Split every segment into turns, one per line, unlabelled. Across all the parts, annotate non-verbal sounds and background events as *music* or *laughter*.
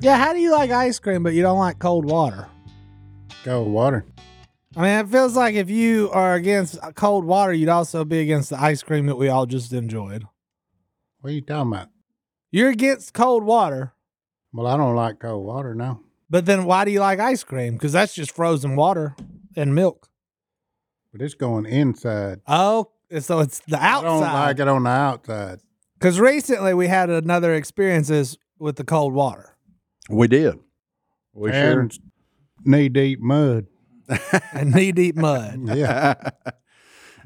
Yeah, how do you like ice cream but you don't like cold water?
Go with water.
I mean, it feels like if you are against cold water, you'd also be against the ice cream that we all just enjoyed.
What are you talking about?
You're against cold water,
Well, I don't like cold water now.
but then why do you like ice cream? Because that's just frozen water and milk.
But it's going inside.
Oh, so it's the
I don't
outside.
like it on the outside.
Because recently we had another experiences with the cold water,
We did. We
and knee deep mud.
and knee deep mud.
Yeah.
*laughs* sure.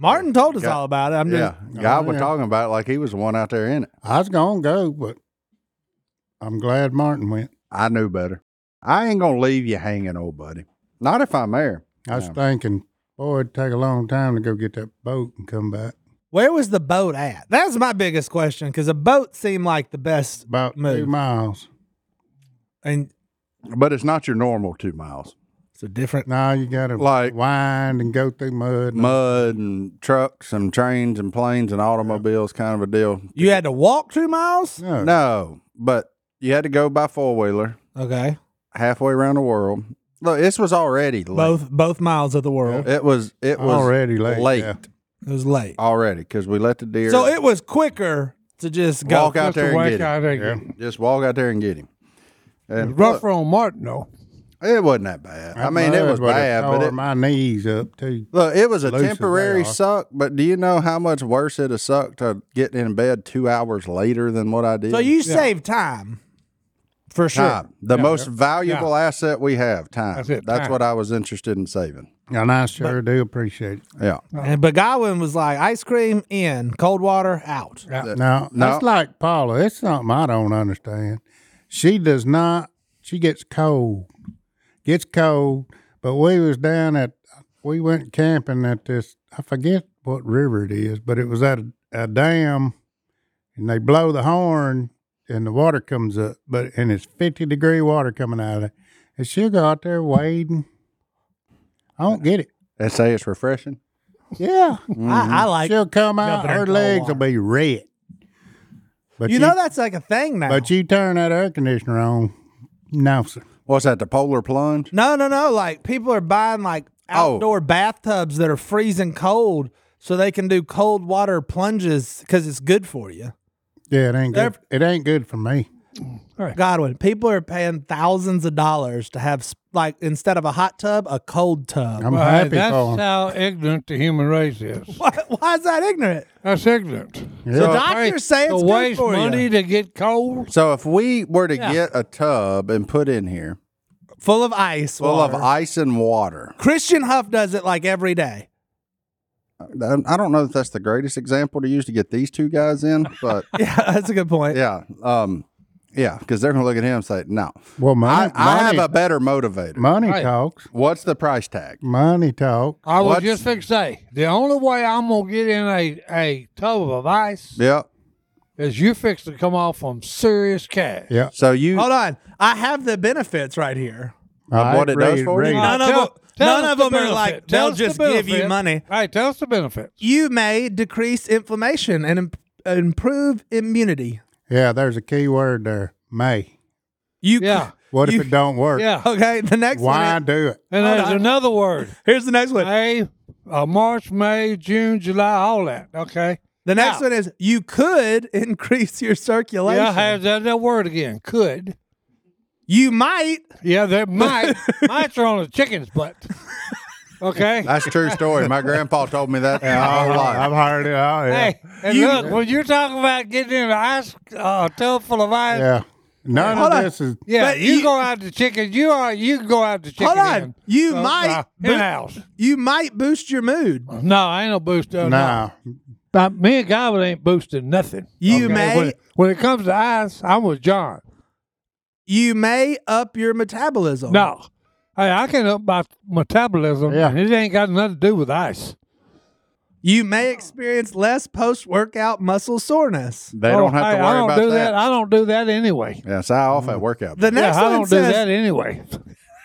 Martin told us
Yeah.
all about it. I'm just,
yeah, God
Oh,
was
yeah.
talking about it like he was the one out there in it.
I was gonna go, but I'm glad Martin went.
I knew better. I ain't gonna leave you hanging, old buddy. Not if I'm there.
I was
No.
thinking, boy, it'd take a long time to go get that boat and come back.
where was the boat at? That's my biggest question. Because a boat seemed like the best
About two
move,
miles.
and
But it's not your normal two miles.
it's a different.
Now you gotta
Like-
wind and go through mud. and-
Mud and trucks and trains and planes and automobiles, kind of a deal.
You had to walk two miles.
No.
No, but you had to go by four wheeler
Okay,
halfway around the world. Look, this was already late.
both both miles of the world.
It was it was
Already late,
late
yeah.
It was late,
already because we let the deer.
so it was quicker to just go
Walk out there and
Whack
get him.
out there.
Yeah.
Just walk out there and get him. And
Rough
look,
on Martin though.
it wasn't that bad. I mean, it
mud
was
would've
bad, but
tore
it,
my knees up too.
Look, it was a
Loose as they
temporary
are.
suck, but do you know how much worse it has sucked to get in bed two hours later than what I did?
So you saved time for sure.
time, the most valuable asset we have, time.
That's it, time.
what I was interested in saving.
And I sure do appreciate it.
Yeah,
And but Godwin was like, ice cream in, cold water out.
Now,
No.
that's like Paula. It's something I don't understand. She does not. She gets cold. Gets cold. But we was down at. We went camping at this. I forget what river it is, but it was at a, a dam, and they blow the horn, and the water comes up. But and it's fifty degree water coming out of it, and she'll go out there wading. I don't get it.
they say it's refreshing.
Yeah,
I, I *laughs*
Mm-hmm.
like.
she'll come out.
jumping in
Her
cold
legs will
water.
be red. But
you, know that's like a thing now.
But you turn that air conditioner on, no sir.
What's that? The polar plunge?
no, no, no. Like people are buying like
Oh.
outdoor bathtubs that are freezing cold, so they can do cold water plunges because it's good for you.
Yeah, it ain't good.
They're-
It ain't good for me.
Godwin, people are paying thousands of dollars to have s- like instead of a hot tub, a cold tub.
I'm
Well,
happy
that's
for 'em.
how ignorant the human race is.
*laughs* why, why is that ignorant?
That's ignorant.
The
Yeah.
doctors say it's
to
good
waste
for
money
you.
to get cold.
So if we were to
Yeah.
get a tub and put in here
Full of ice.
full
water.
of ice and water,
Christian Huff does it like every day.
I I don't know if that's the greatest example to use to get these two guys in, but
*laughs* Yeah, that's a good point.
yeah, um, yeah, because they're gonna look at him and say, "No,
Well,
I,
money,
I
money,
have a better motivator.
money
Right.
talks.
What's the price tag?
Money talk.
I was
What's-
just fixing to say the only way I'm gonna get in a, a tub of ice
Yeah.
is you fix to come off on serious cash.
Yeah,
So you
Hold on. I have the benefits right here.
All right,
what it does for you?
All right,
None of
tell-
them-
tell
none
us
of
the
them are like,
benefit.
they'll
Tell us the
just give you
benefit.
money.
All right, tell us the benefit.
You may decrease inflammation and im- improve immunity.
Yeah, there's a key word there. May.
You
Yeah.
What
You-
if it don't work?
Yeah.
*laughs* Okay, the next
Why
one. is-
do it?
And
Oh, Hold
there's
on. *laughs*
another word.
Here's the next one.
May, uh, March, May, June, July, all that. Okay.
The next
Yeah.
one is you could *laughs* increase your circulation.
Yeah, have that, that word again. Could.
you might.
Yeah,
*laughs*
that might. mites are on a chicken's butt. Okay.
That's a true story. My grandpa told me
*laughs*
that my whole
Oh, I've
life.
heard it all. Yeah.
Hey, and
You-
look, when you're talking about getting in an ice uh, tub full of ice, yeah,
yeah. None
Hold on.
of this is.
But
you,
you-
go out to chicken. You are you can go out to chicken.
Hold on.
in,
You might-
in house.
You might boost your mood.
No, I ain't no booster.
Nah.
But me and Gavin ain't boosted nothing.
You
Okay,
may
When, when it comes to ice, I'm with John.
you may up your metabolism.
No. Hey, I can up my metabolism,
Yeah.
and it ain't got nothing to do with ice.
You may experience less post workout muscle soreness.
They
Oh,
don't have
hey,
to
I
worry
don't
about
do
that.
I don't do that anyway.
Yeah, it's eye off at workout.
The next
yeah, I
one
don't do
says
that anyway.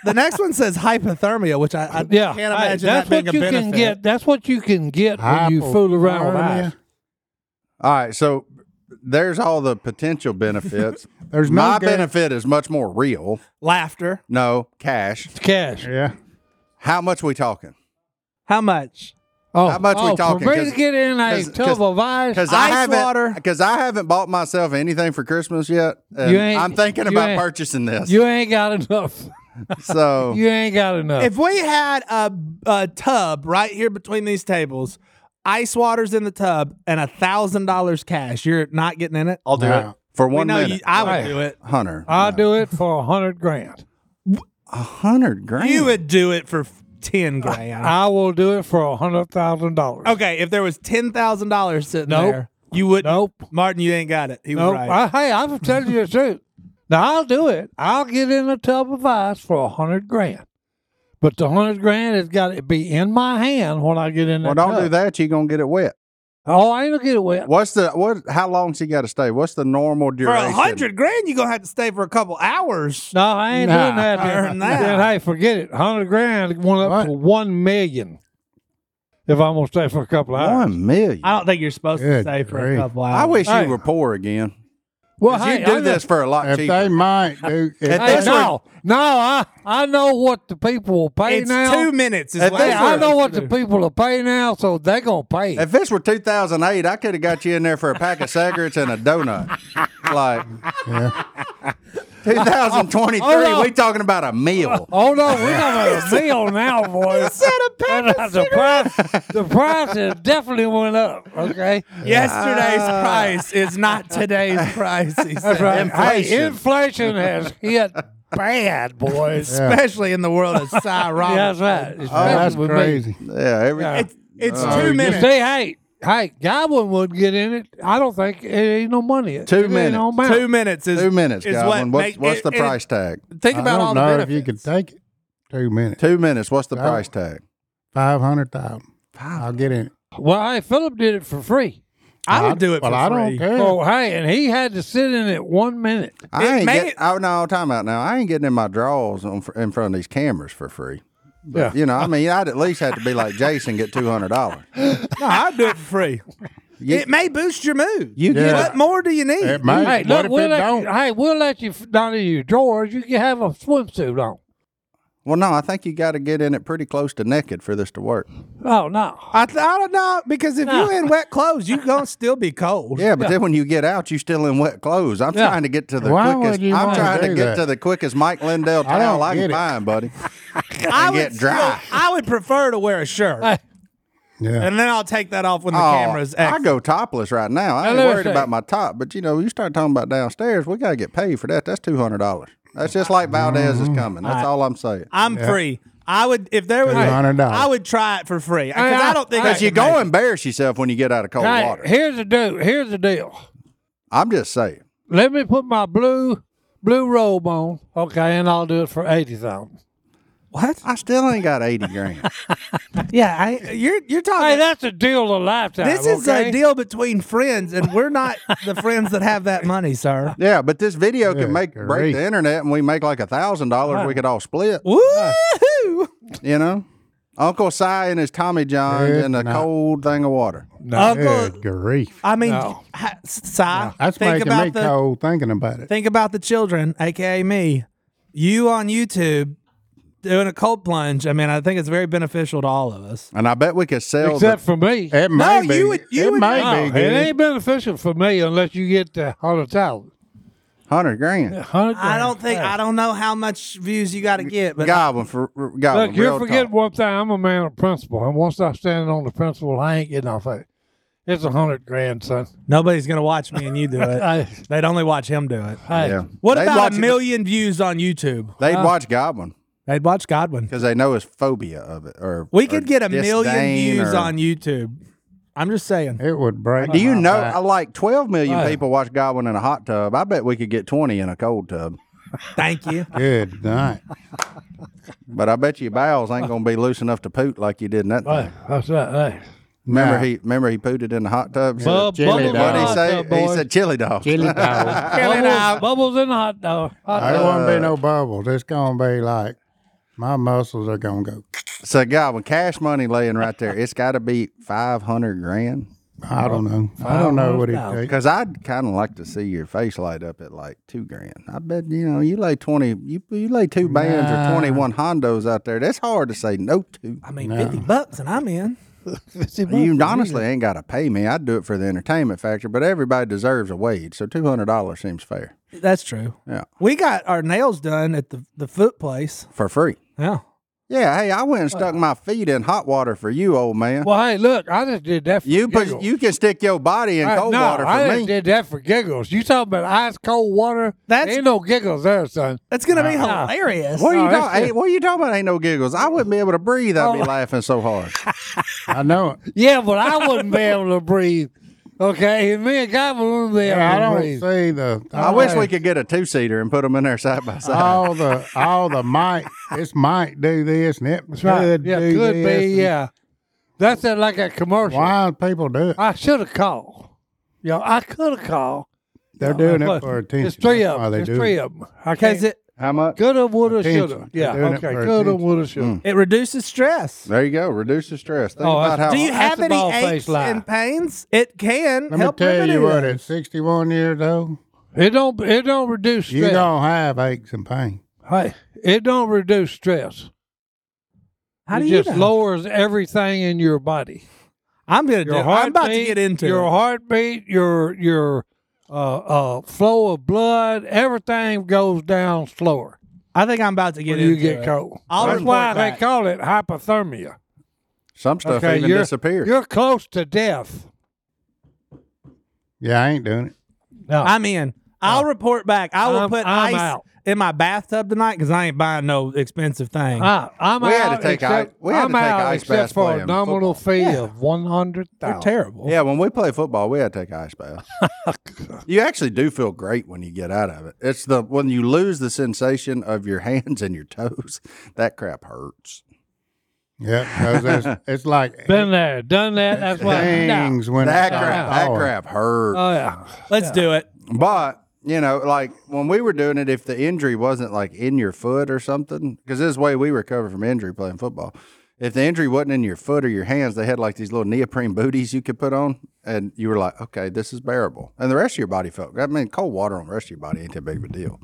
the next one says hypothermia, which I, I
Yeah,
can't
hey,
imagine that
that's
being a
what you
benefit.
can get. That's what you can get when you
Hypo-
fool around with
hypothermia.
ice.
All right, so there's all the potential
*laughs*
benefits.
There's no
My
guar-
benefit is much more real.
Laughter.
No cash.
It's cash.
Yeah.
How much we talking?
How much?
Oh,
How much we
oh,
talking?
For me
'Cause-
to get in a
'cause-
tub
'cause-
of ice,
Because I
Ice water.
haven't because I haven't bought myself anything for Christmas yet. and
You ain't-
I'm thinking
you
about
ain't-
purchasing this.
you ain't got enough.
so
*laughs* You ain't got enough.
If we had a, a tub right here between these tables, ice water's in the tub, and a thousand dollars cash, you're not getting in it.
I'll do
No.
it for
We
one
know
minute.
you, I
Right. Uh,
would do it.
Hunter,
I'll do it for a hundred grand.
a hundred grand.
You would do it for f- ten grand.
I will do it for a hundred thousand dollars.
okay, if there was ten thousand dollars sitting
Nope.
there, you wouldn't.
Nope.
Martin, you ain't got it. He was
Nope.
right.
I, hey, I'm telling you the truth. Now I'll do it. I'll get in a tub of ice for a hundred grand. But the hundred grand has got to be in my hand when I get in
Well,
that
don't
tub.
do that. You're gonna get it wet.
Oh, I ain't gonna get it wet.
What's the what? How long's he got to stay? What's the normal
for
duration?
a hundred grand, you're gonna have to stay for a couple hours.
No, I ain't
Nah,
doing that.
I
Then.
earned that.
Then, hey, forget it. Hundred grand went up
What?
to one million. If I'm gonna stay for a couple hours.
One million.
I don't think you're supposed to
Good
stay for
grief.
a couple hours.
I wish
Hey.
you were poor again.
Well,
'Cause
hey,
you do
I'm
this
just-
for a lot
If
cheaper.
they might do if
If
Hey,
That's
they-
no, no, I I know what the people will pay
it's
now.
two minutes. Is
If
what
Hey,
That's
I
what
know
they
what the people will pay now, so they gonna pay.
If this were 2008, I could have got you in there for a pack of cigarettes and a donut. Like 2023,
Hold on.
we talking about a meal.
Oh no, we're gonna have a meal now, boy. Is that a *laughs* the price? The price has definitely went up. Okay,
Yesterday's price is not today's
*laughs*
price. he said.
inflation.
Inflation.
inflation has hit bad, boys.
Yeah.
Especially in the world *laughs* of Cy
Yeah,
Roberts.
that's right.
Oh,
Especially
that's
with me.
crazy.
Yeah, every,
Yeah.
It's, it's
Uh,
two
you
You
minutes.
say, hey, hey, Godwin would get in it. I don't think it ain't no money. It
Two
ain't
minutes.
no amount.
two minutes is
two minutes,
is
Godwin.
What
What's,
make-
what's the
it- it-
price tag?
Think
I
about all
don't
the
know if
benefits.
you could take it. Two minutes.
Two minutes. What's the
That-
price tag?
Five hundred thousand. I'll get in. it.
Well, hey, Philip did it for free.
I would do it.
Well,
for
I
free.
don't care.
Oh, hey, and he had to sit in it one minute.
I
It
ain't
may-
get, oh no, time out now. I ain't getting in my drawers on, in front of these cameras for free. But,
Yeah.
You know, I mean, I'd at least have to be like Jason, get two
*laughs*
hundred dollars.
No, I'd do it for free. It may boost your mood. You
did
What
it.
more do you need?
It might.
Hey,
what
look,
if
we'll
it
let,
don't?
you, hey, we'll let you f- down to your drawers. You can have a swimsuit on.
Well, no, I think you got to get in it pretty close to naked for this to work.
Oh no,
I, th- I don't know because if *laughs*
No.
you in wet clothes, you gonna still be cold.
Yeah, but then when you get out, you still in wet clothes. I'm
Yeah.
trying to get to the
Why would
quickest.
you
I'm
wanna
trying to
do
get
that?
to the quickest Mike Lindell
I don't
towel I can
get it. *laughs*
find, buddy.
I
And
would
get dry.
still- I would prefer to wear a shirt,
Hey,
Yeah.
and then I'll take that off when the
Oh,
cameras.
I
exit.
go topless right now. I ain't
let me
worried
see.
about my top, but you know, you start talking about downstairs, we got to get paid for that. That's two hundred dollars. That's just like Valdez
Mm-hmm.
is coming. That's all I'm saying.
I'm free. I would if there was
$200.
I would try it for free because
Hey,
I,
I-
don't think I
Because you
could make
go
it.
embarrass yourself when you get out of
Oh,
cold
hey,
water.
here's the deal. Here's the deal.
I'm just saying.
Let me put my blue blue robe on, okay, and I'll do it for eighty thousand.
What?
I still ain't got
*laughs*
eighty grand.
Yeah, I, you're you're talking.
Hey, that's a deal of lifetime.
this is
okay?
a deal between friends, and we're *laughs* not the friends that have that money, sir.
yeah, but this video
Yeah,
can make break
great.
the internet, and we make like a thousand dollars. We could all split.
Woohoo!
You know, Uncle Si and his Tommy Johns
Good
and a
night.
cold thing of water.
Uncle,
Good grief.
I mean,
No.
ha- Si,
That's
think
making me
about the
cold thinking about it.
think about the children, aka me. You on YouTube doing a cold plunge. I mean, I think it's very beneficial to all of us.
And I bet we could sell.
except for me.
It
No,
may
you
be.
would- you
it
would-
may
No,
be
it
good.
ain't beneficial for me unless you get the hundred thousand.
the hundred grand.
Hundred.
I don't think I don't know how much views you got to get, but
Goblin for Goblin.
Look, you're
real
forgetting
talk.
one thing. I'm a man of principle, and once I stand on the principle, I ain't getting off it. It's a hundred grand, son.
nobody's gonna watch me and you do it.
*laughs*
Hey,
They'd only watch him do it.
hey.
Yeah.
What
They'd
about
watch
a
it-
million views on YouTube?
They'd watch Goblin
They'd watch Godwin.
because they know his phobia of it. Or
We
or
could get a million
disdain
views
or-
on YouTube. I'm just saying.
It would break.
Do you
my
know
back.
uh, like 12 million
Oh, yeah.
people watch Godwin in a hot tub? I bet we could get 20 in a cold tub.
Thank you.
Good night.
But I bet your bowels ain't going to be loose enough to poot like you did in that.
Hey,
thing.
that's that. Hey.
Remember
Nah.
he remember he pooted in the hot tub.
Bub-
chili
bubbles
dog.
in the
what he
hot
say?
tub,
He
boys.
said chili dog.
Chili dog.
*laughs*
Bubbles, bubbles in the hot dog. Hot
There
dog.
won't
*laughs*
be no bubbles. It's gonna be like my muscles are gonna go.
So God, with cash money laying right there, it's got to be five hundred grand.
I don't know. I don't know what it takes.
Because I'd kind of like to see your face light up at like two grand. I bet you know you lay twenty, you, you lay two bands or twenty one Hondos out there. That's hard to say no to.
I mean, 50 bucks and I'm in.
You honestly ain't got to pay me. I'd do it for the entertainment factor, but everybody deserves a wage, so two hundred dollars seems fair.
That's true.
Yeah,
We got our nails done at the, the foot place.
for free.
Yeah.
Yeah, hey, I went and stuck my feet in hot water for you, old man.
Well, hey, look, I just did that for
you put,
giggles.
you can stick your body in
Hey,
cold
no,
water for
I just
me.
did that for giggles. You talking about ice cold water?
That's-
ain't no giggles there, son.
That's going to be
Nah.
hilarious.
What are
No, Oh.
you
that's
talking?
good.
Hey, what are you talking about? Ain't no giggles. I wouldn't be able to breathe. I'd be laughing so hard.
*laughs*
I
*laughs*
know. it.
Yeah, but I wouldn't be able to breathe. Okay, and me and God wouldn't be able
I
to
don't
breathe.
see the.
I wish we could get a two seater and put them in there side
Oh.
by side.
all the all the might. This might do this and it
That's right.
could
yeah,
do
could
this.
be.
and-
Yeah, that's it, like a commercial.
Why do people do it?
I should have called. Yo, I could have called.
They're
No,
doing
look,
it for attention.
It's three
That's
of
why
them.
they
It's
do
three
it.
of them. I can't.
Because it,
How much?
Coulda, woulda,
Attention.
shoulda.
They're
Yeah.
doing it
Okay.
for
Coulda,
attention. Mm.
woulda, shoulda.
it reduces stress.
There you go. Reduce the stress. Think
Oh,
about how.
that's-
Do you
That's
have
a
any
bald-faced
aches
lie.
and pains? It can
Let me
help
tell
remedy
you what.
those.
At sixty-one years old,
It don't. It don't reduce
you
stress.
don't have aches and pain.
Hey, it don't reduce stress.
How
it
do you
just
know?
lowers everything in your body.
I'm gonna do.
Your
I'm about to
heartbeat,
get into
your
it.
heartbeat, your your uh, uh, flow of blood. Everything goes down slower
I think I'm about to get
when you
into
get
it.
cold.
I'll
That's
report
why
back.
they call it hypothermia.
some stuff even
you're,
disappears.
You're close to death.
Yeah, I ain't doing it.
No,
I'm in. I'll report back. I will
I'm-
put
I'm
ice
out.
in my bathtub tonight because I ain't buying no expensive thing.
I, am
We
out.
had to take
except,
ice- we had to
I'm
take
out
ice baths
except for a
playing
nominal fee
Yeah.
of one hundred
They're
thousand.
terrible.
yeah, when we play football, we had to take ice baths. you actually do feel great when you get out of it. It's the when you lose the sensation of your *laughs* hands and your toes. That crap hurts.
Yep, 'cause
*laughs*
it's, it's like
Been there, done that. That's why. No.
things when it's
That
all
crap. That
hard.
crap hurts.
Oh yeah.
Let's do it.
But you know, like when we were doing it, if the injury wasn't like in your foot or something, because this is the way we recover from injury playing football. If the injury wasn't in your foot or your hands, they had like these little neoprene booties you could put on, and you were like, okay, this is bearable. And the rest of your body felt. I mean, cold water on the rest of your body ain't that big of a deal.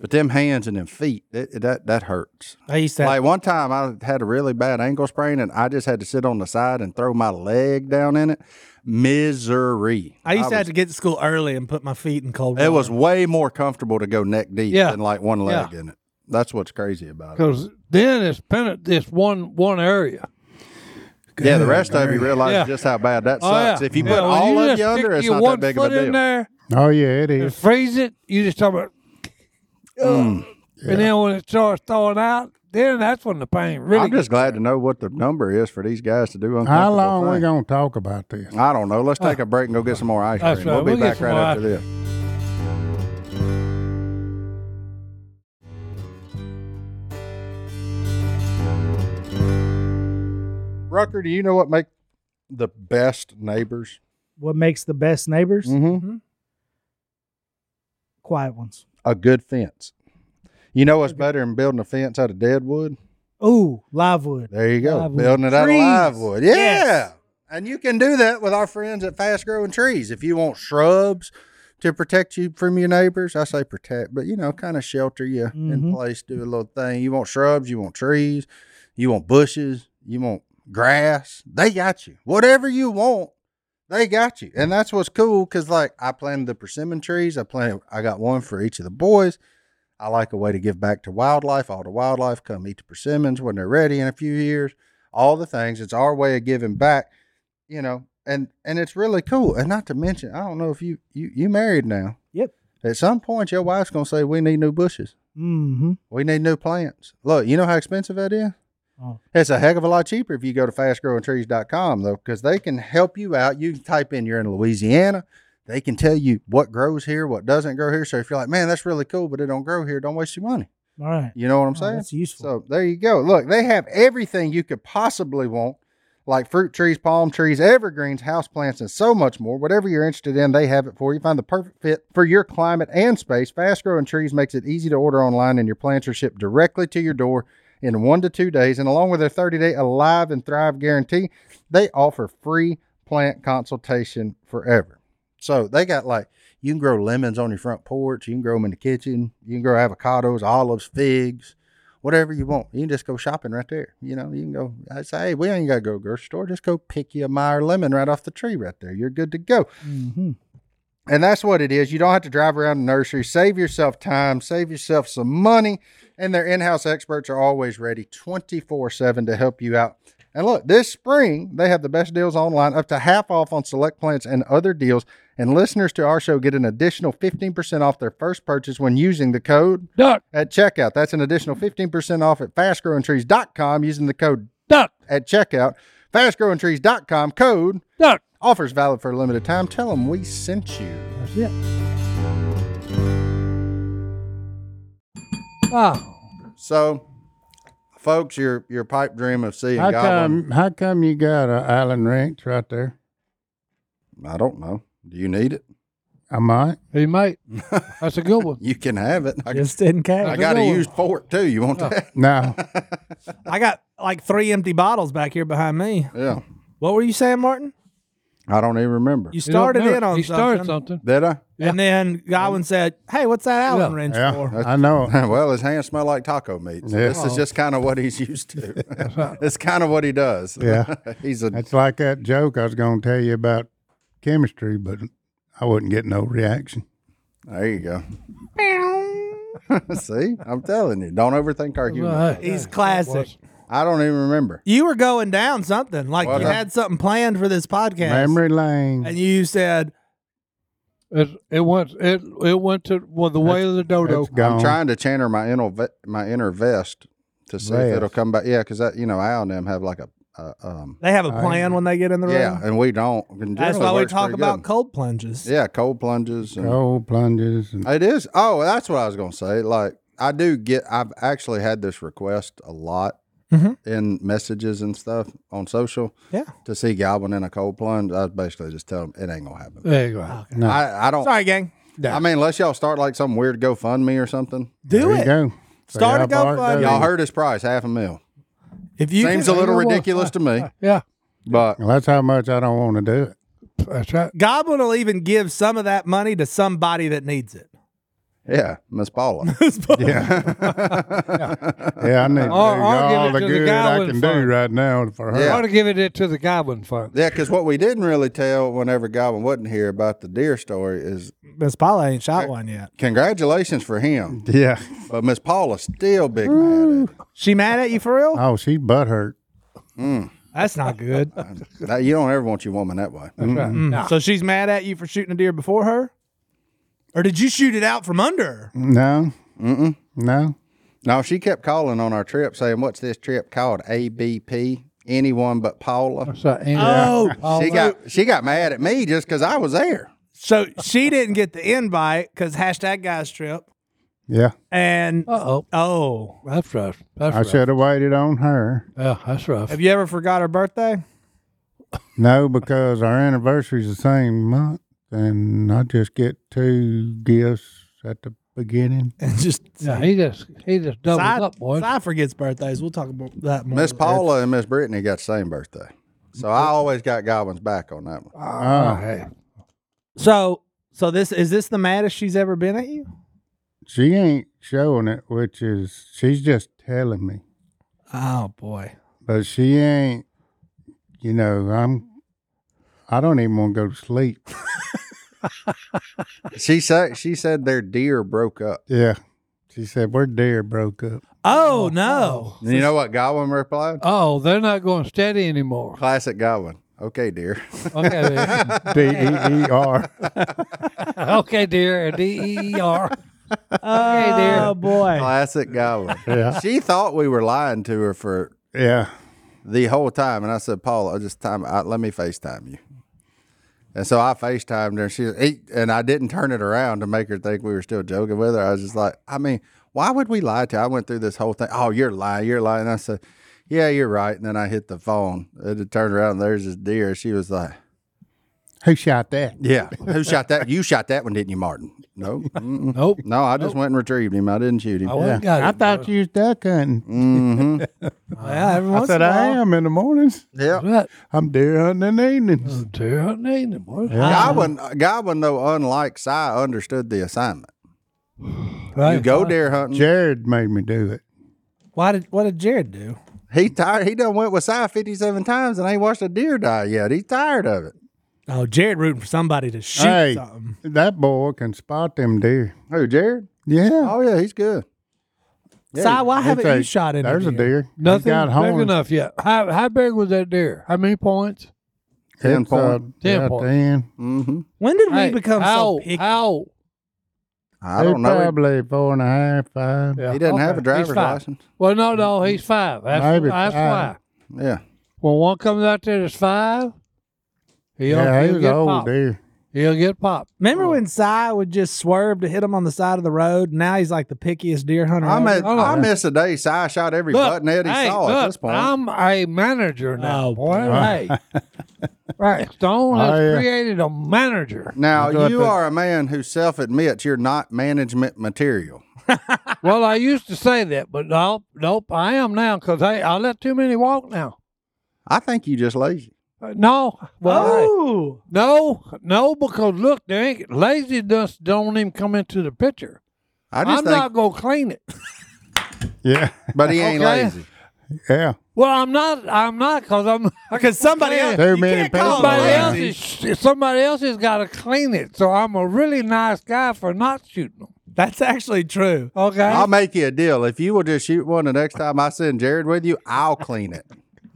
But them hands and them feet, it, that that hurts.
I used to.
Like one time, I had a really bad ankle sprain, and I just had to sit on the side and throw my leg down in it. Misery.
I used to have to get to school early and put my feet in cold.
It
water.
was way more comfortable to go neck deep
Yeah.
than like one leg in it. That's what's crazy about it.
Because then it's pen- this one one area.
Yeah, the rest of you realize
Yeah.
just how bad that
Oh, yeah.
sucks. If you
Yeah,
put
when
all of
just
you
stick
under, it's
your
not that
one
big of a
foot in
deal.
there
Oh yeah, it
and
is.
freeze it. You just talk about,
Mm.
and then when it starts thawing out, then that's when the pain really.
I'm just glad to know what the number is for these guys to do.
How
uncomfortable
long we
things.
gonna talk about this?
I don't know. Let's take a break and go get some more ice
Ah. That's
cream. We'll
right.
be
We'll
back
get some
right
more
after
ice-
this. Rucker, do you know what make the best neighbors?
What makes the best neighbors?
Mm,
Mm-hmm.
Quiet ones.
a good fence. You know what's better than building a fence out of dead wood?
Ooh, live wood.
There you go.
Live wood.
building it out
Trees.
of live wood. Yeah.
Yes.
And you can do that with our friends at Fast Growing Trees. If you want shrubs to protect you from your neighbors, I say protect, but you know, kind of shelter you in
Mhm.
place, do a little thing. You want shrubs, you want trees, you want bushes, you want grass. They got you. Whatever you want, they got you. And that's what's cool because, like, I planted the persimmon trees. I planted, I got one for each of the boys. I like a way to give back to wildlife. All the wildlife come eat the persimmons when they're ready in a few years. All the things. It's our way of giving back, you know. And and it's really cool. And not to mention, I don't know if you you you married now.
Yep.
At some point, your wife's gonna say, "We need new bushes.
Mm-hmm.
We need new plants." Look, you know how expensive that is.
Oh.
It's a heck of a lot cheaper if you go to fastgrowingtrees.com though, because they can help you out. You can type in you're in Louisiana. They can tell you what grows here, what doesn't grow here. So if you're like, man, that's really cool, but it don't grow here, don't waste your money.
All right.
You know what I'm
Oh,
saying?
that's useful.
So there you go. Look, they have everything you could possibly want, like fruit trees, palm trees, evergreens, houseplants, and so much more. Whatever you're interested in, they have it for you. Find the perfect fit for your climate and space. Fast growing trees makes it easy to order online, and your plants are shipped directly to your door in one to two days. And along with their 30 day Alive and Thrive guarantee, they offer free plant consultation forever. So they got like you can grow lemons on your front porch, you can grow them in the kitchen, you can grow avocados, olives, figs, whatever you want. You can just go shopping right there. You know, you can go. I say, hey, we ain't gotta go to the grocery store. Just go pick you a Meyer lemon right off the tree right there. You're good to go.
Mhm.
And that's what it is. You don't have to drive around the nursery. Save yourself time, save yourself some money. And their in house experts are always ready 24 7 to help you out. And look, this spring, they have the best deals online, up to half off on select plants and other deals. And listeners to our show get an additional 15% off their first purchase when using the code
Duck,
at checkout. That's an additional 15% off at fastgrowingtrees.com using the code
duck,
at checkout. Fastgrowingtrees.com code
duck.
offers valid for a limited time. Tell them we sent you.
That's it.
Oh,
So, folks, your your pipe dream of seeing
How
Goblin.
come? How come you got a island ranch right there?
I don't know. Do you need it?
I might.
hey,
*laughs*
mate, that's a good one.
You can have it. I,
Just in case.
I
I got,
got a
go on.
used fork too. You
Oh.
want that?
*laughs*
No,
like three empty bottles back here behind me.
Yeah.
What were you saying, Martin?
I don't even remember.
You
You don't
started
know.
in on
he started
something,
something.
Did I? *laughs*
and then Godwin said, "Hey, what's that Allen
Yeah.
wrench
yeah,
for?"
I know.
well, his hands smell like taco meat. So
Yeah.
This is just kind of what he's
*laughs*
used to. it's kind of what he does.
Yeah.
*laughs* he's a
That's like that joke I was going to tell you about chemistry, but I wouldn't get no reaction.
There you go. *laughs* See, I'm telling you, don't overthink our humor.
Well, hey,
He's classic.
I don't even remember.
You were going down something like
What
you
up?
had something planned for this podcast,
Memory lane.
Uh,
and you said,
It, it went it it went to well, the way of the dodo.
It's gone.
I'm trying to channel my inner ve- my inner vest to see if
Vest.
it'll come back. Yeah, because that you know Al and them have like a, a um
"They have a
I-
plan when they get in the
yeah,
room."
and we don't. And
That's
generally
why we
works
talk
pretty
about
good.
cold plunges.
yeah cold plunges. And,
Cold plunges. And,
It is. Oh, that's what I was gonna say. Like I do get. I've actually had this request a lot
Mhm.
Mm-hmm.
in messages and stuff on social.
Yeah.
To see Galvin in a cold plunge, I basically just tell him it ain't gonna happen.
There you go.
no,
I, I don't.
Sorry, gang.
I mean, unless y'all start like some weird GoFundMe or something.
there
Do
you
it.
go.
Start a
Say, I bought
GoFundMe.
those.
Y'all heard his price, half a mil.
If you
Seems
can-
a little
Well,
ridiculous
*laughs*
to me,
Yeah,
but
Well, that's how much I don't want to do it.
that's right.
Goblin will even give some of that money to somebody that needs it. *laughs*
yeah, Miss Paula.
*laughs* Yeah, I need to do
Or- or give
all
it
the
to the
good
guy
I
with
can
the
do
phone.
right now for her.
I
Yeah.
ought to give it to the Goblin Fund.
yeah, because what we didn't really tell whenever Goblin wasn't here about the deer story is
Miss Paula ain't shot one yet.
congratulations for him,
Yeah.
but Miss Paula's still big mad at it.
She mad at you for real?
Oh, she butt hurt.
That's not *laughs* good.
That, you don't ever want your woman that way.
Mm. So she's mad at you for shooting a deer before her? Or did you shoot it out from under her?
No. Mm-mm. No.
No, she kept calling on our trip saying, "What's this trip called? ABP? Anyone but Paula?"
So, and-
*laughs* Oh,
She got she got mad at me just because I was there.
so she didn't get the invite because hashtag guys trip.
Yeah.
And
uh, Uh-oh.
oh,
That's rough. That's
I
rough.
should have waited on her.
Yeah, that's rough.
have you ever forgot her birthday?
No, because our anniversary's the same month, and I just get two gifts at the beginning.
*laughs* And just *laughs*
Yeah, he just he just doubles
I,
up, boys.
forgets birthdays. We'll talk about that more.
Miss Paula and Miss Brittany got the same birthday, so I always got Goblin's back on that one.
Oh,
hey.
So so this is this the maddest she's ever been at you?
she ain't showing it, which is she's just telling me,
Oh boy.
but she ain't. You know, I'm. I don't even want to go to sleep.
She said she said their deer broke up.
Yeah, she said we're dear broke *laughs* up.
Oh no.
And you know what Goblin replied?
Oh, they're not going steady anymore.
Classic Goblin. Okay, dear.
Okay, then.
D e e r.
*laughs* okay, dear. D E E R.
Oh
dear.
boy. Oh,
Classic Goblin.
Yeah.
She thought we were lying to her for
Yeah.
the whole time. And I said, Paul, I just time, I, let me FaceTime you. And so I FaceTimed her and she "Hey," and I didn't turn it around to make her think we were still joking with her. I was just like, I mean, why would we lie to? You? I went through this whole thing. Oh, you're lying, you're lying. And I said, Yeah, you're right. And then I hit the phone and it turned around and there's this deer. She was like,
Who shot that?
Yeah, *laughs* who shot that? You shot that one, didn't you, Martin? No, Mm-mm.
Nope.
no, I just went and retrieved him. I didn't shoot him.
I wouldn't got it.
I thought you was duck hunting.
Mhm.
*laughs* Yeah, every
I
once
said,
in a
I
while.
am in the mornings.
Yeah.
That
I'm deer hunting in the evenings.
deer hunting ain't it, boy.
Godwin, Godwin, though, unlike Cy, understood the assignment.
Right.
You go deer hunting.
Mm. Jared made me do it.
Why did what did Jared do?
He tired. He done went with Si fifty seven times and ain't watched a deer die yet. He's tired of it.
Oh, Jared rooting for somebody to shoot
hey,
something.
that boy can spot them deer.
Who, Jared?
Yeah.
Oh yeah, he's good.
Si, why haven't
It's
you
a-
shot in
There's a deer. He
Nothing
got
big
horns.
enough yet. How how big was that deer? How many points?
Ten
It's, uh,
point.
Ten
yeah,
point.
ten.
Mm-hmm.
When did we become
how,
so picky?
How?
I
They're
don't know. He-
Probably four and a half, five.
He doesn't have a driver's
five.
license.
Well, no, no, he's five. That's,
Maybe
that's
five.
why.
Yeah.
When one comes out there that's five, he'll,
yeah, he
he'll
was
get
old
popped.
deer.
He'll get popped.
Remember when Si would just swerve to hit him on the side of the road? Now he's like the pickiest deer hunter.
I
ever. Oh,
miss,
*laughs*
Hold
I
on.
miss a day Si shot every button head he
hey,
saw
look,
at this point.
I'm a manager now,
Oh,
boy. Hey, right? Stone has
Oh, yeah.
created a manager.
now
Look at
you
the-
are a man who self admits you're not management material.
well, I used to say that, but no, nope, I am now because hey, I let too many walk now.
I think you just lazy.
Uh, No, well, hey,
Oh,
no, no, because look, there ain't laziness. Don't even come into the picture.
I just
I'm
think,
not gonna clean it.
Yeah.
but he ain't
Okay.
lazy.
*laughs* Yeah.
Well, I'm not. I'm not because I'm.
*laughs*
because somebody
Yeah.
else.
Too
you
many
can't call
Oh,
people
him
Somebody else,
lazy.
is, somebody else has got to clean it. So I'm a really nice guy for not shooting them.
That's actually true.
Okay.
I'll make you a deal. If you will just shoot one the next time I send Jared with you, I'll clean it.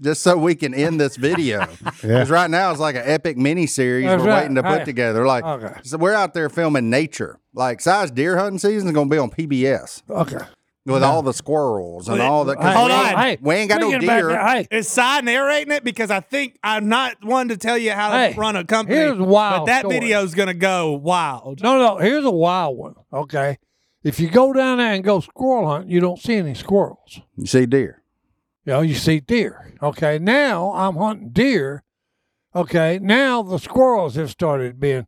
Just so we can end this
*laughs*
video. Because right now it's like an epic mini series we're
That's right.
waiting to put
Hey.
together. Like
Okay.
so we're out there filming nature. Like size deer hunting season is gonna be on PBS
okay.
with all the squirrels and all that. 'cause
Hold
we
on.
ain't- We ain't got no
thinking about
deer.
that, hey,
Is Si narrating it? Because I think I'm not one to tell you how to
Hey,
run a company.
here's a wild
but that
story.
video's gonna go wild.
no, no. Here's a wild one. Okay. If you go down there and go squirrel hunting, you don't see any squirrels.
You see deer.
You know, you see deer. Okay. Now I'm hunting deer. Okay. Now the squirrels have started being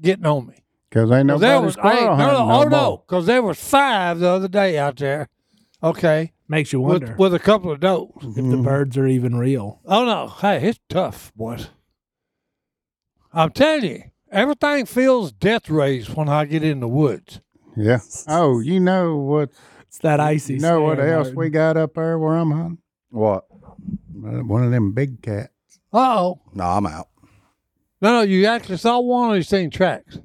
getting on me.
Because ain't
Well,
nobody
there was,
squirrel
hey, no,
hunting
no,
no
oh
more.
no, because there was five the other day out there. Okay,
Makes you
with,
wonder
with a couple of does.
if the birds are even real.
Oh no, hey, it's tough, boys. I'm telling you, everything feels death race when I get in the woods.
Yeah. Oh, you know what?
It's that icy.
You know what
stare,
else
Martin.
we got up there where I'm hunting?
What?
Uh, One of them big cats.
Oh
No, I'm out.
no, no, you actually saw one of these seen tracks.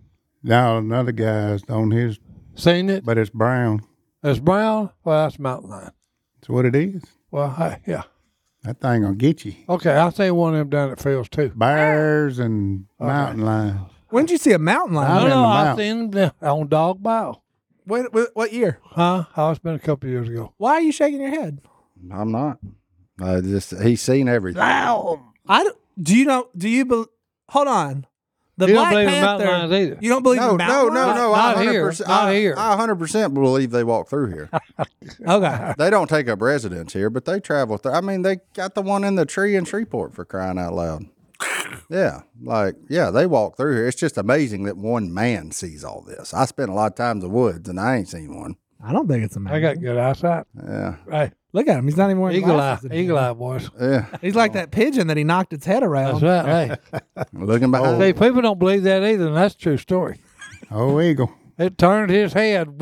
Now another guy's on his,
Seen it?
but it's brown.
It's brown. Well, that's mountain lion.
That's what it is.
Well, hey, yeah.
That thing will get you.
Okay, I seen one of them down at Fields too.
Bears and mountain lions.
When did you see a mountain lion?
I'm
no,
in
no,
the
I
mount.
seen them on Dog Bow.
When, when, what year?
Huh? Oh, it's been a couple years ago.
Why are you shaking your head?
I'm not. I just he's seen everything.
I don't, do you know? Do you bel Hold on. The
You don't
Black
believe in
Panther.
mountain lions either.
You don't believe
No,
in
no,
mountain
no,
lions?
no. I
Not here.
100%
Not here.
I hundred percent believe they walk through
*laughs*
here.
Okay.
They don't take up residence here, but they travel through. I mean, they got the one in the tree in Shreveport for crying
*laughs*
out loud. Yeah, like yeah, they walk through here. It's just amazing that one man sees all this. I spent a lot of time in the woods, and I ain't seen one.
I don't think it's a mountain.
I got good eyesight.
Yeah,
Hey,
Look at him. He's not even wearing
eagle eye,
glasses anymore.
eagle eye, boys.
yeah.
He's like that pigeon that he knocked its head
That's
around.
right. Hey.
Looking
*laughs*
behind,
See, people don't believe that either, and that's a true story.
Oh, eagle.
It turned his head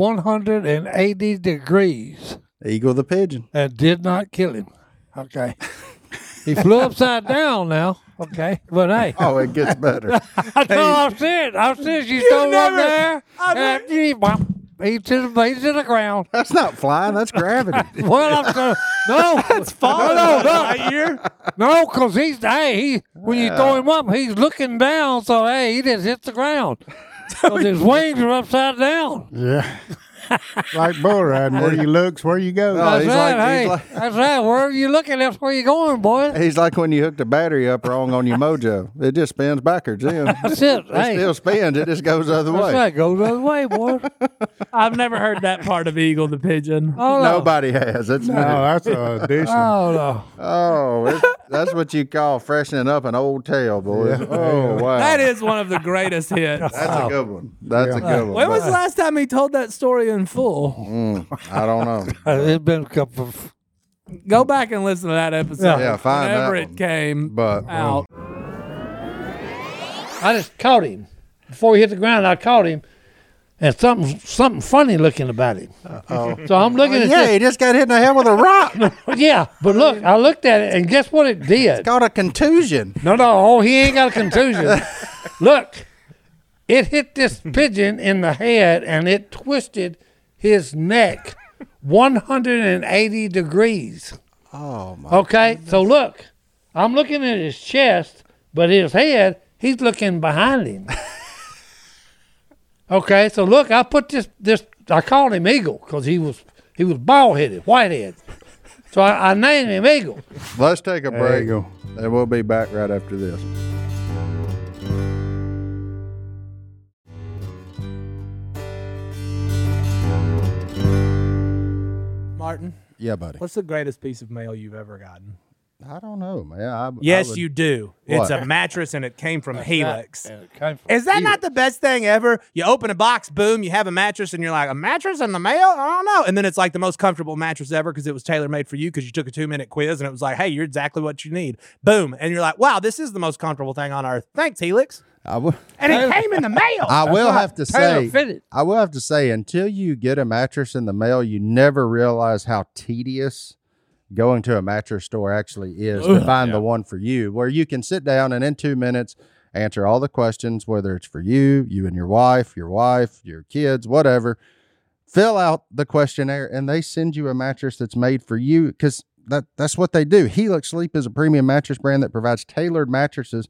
180 degrees
eagle the pigeon.
and did not kill him. Okay. he flew upside down now. Okay. But hey,
Oh, it gets
*laughs*
better.
I know I'm serious. I'm serious. You still up
never-
there. and he, bop, he to the, he's to the ground.
That's not flying. That's gravity.
Well, I'm sorry. No, that's
Falling
No, no, no.
right here.
No, because he's hey, he when you throw him up, he's
*laughs*
looking down, so hey, he just hits the ground. 'Cause his wings are upside down.
Yeah. like bull riding, where you looks, where you go.
No,
That's
Oh, he's
right.
like- he's
hey,
like-
that's right. Wherever you're looking, that's where you're going, boy.
He's like when you hook the battery up wrong on your mojo. It just spins backwards in.
That's it.
It
Hey,
still spins. It just goes the other
that's
way.
right. Go the other way, boy.
I've never heard that part of Eagle the *laughs* Pigeon.
Oh, no.
Nobody has. It's
No,
new.
that's
*laughs*
an addition.
Oh, no.
Oh, it's, that's what you call freshening up an old tail, boy.
Yeah.
Oh, wow.
That is one of the greatest hits.
That's a good one. That's a good
*laughs*
one.
When was the last time he told that story in full?
Mm, I don't know.
Uh, It's been a couple of.
Go back and listen to that episode.
Yeah.
Yeah, find
whenever
that
it
one.
came
But uh, um,
out.
I just caught him. Before he hit the ground, I caught him. And something something funny looking about him. So I'm looking at
Oh, yeah,
this.
he just got hit in the head with a rock.
Yeah, but look, I looked at it, and guess what it did?
Got a contusion.
No, no, oh, he ain't got
*laughs*
a contusion. Look, it hit this pigeon in the head and it twisted his neck 180 degrees.
Oh my!
Okay, so look, I'm looking at his chest, but his head, he's looking behind
*laughs*
him. okay, so look, I put this this I called him Eagle because he was he was bald headed, white head. So I, I named him Eagle.
Let's take a
There you
break,
go.
and we'll be back right after this.
Martin,
Yeah, buddy.
what's the greatest piece of mail you've ever gotten?
I don't know, man. I, I
Yes,
would-
you do. It's
What?
a mattress and it came from Helix. Is that not the best thing ever? You open a box, boom, you have a mattress, and you're like, a mattress in the mail? I don't know. And then it's like the most comfortable mattress ever because it was tailor made for you because you took a two minute quiz and it was like, hey, you're exactly what you need. Boom. And you're like, wow, this is the most comfortable thing on earth. Thanks, Helix.
I would.
And it came in the mail.
I will have to say,
tailor-fitted.
I will have to say, until you get a mattress in the mail, you never realize how tedious going to a mattress store actually is to find the one for you, where you can sit down and in two minutes answer all the questions, whether it's for you, you and your wife, your wife, your kids, whatever. Fill out the questionnaire, and they send you a mattress that's made for you because that that's what they do. Helix Sleep is a premium mattress brand that provides tailored mattresses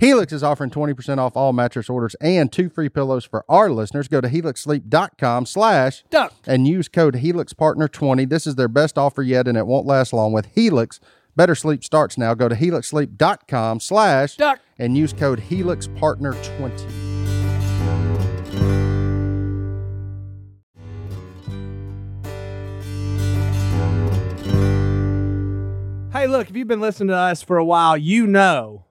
Helix is offering 20% off all mattress orders and two free pillows for our listeners. Go to helixsleep.com slash
Duck.
and use code HelixPartner20. This is their best offer yet, and it won't last long with Helix. Better sleep starts now. Go to helixsleep.com slash
Duck.
and use code HelixPartner20.
Hey, look, if you've been listening to us for a while, you know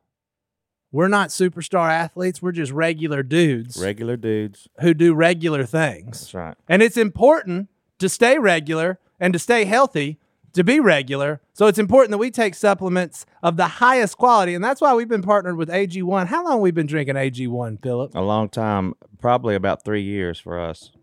we're not superstar athletes. We're just regular dudes
Regular dudes.
who do regular things.
That's right.
And it's important to stay regular and to stay healthy to be regular. So it's important that we take supplements of the highest quality, and that's why we've been partnered with AG1. How long have we been drinking AG1, Philip?
A long time, probably about three years for us.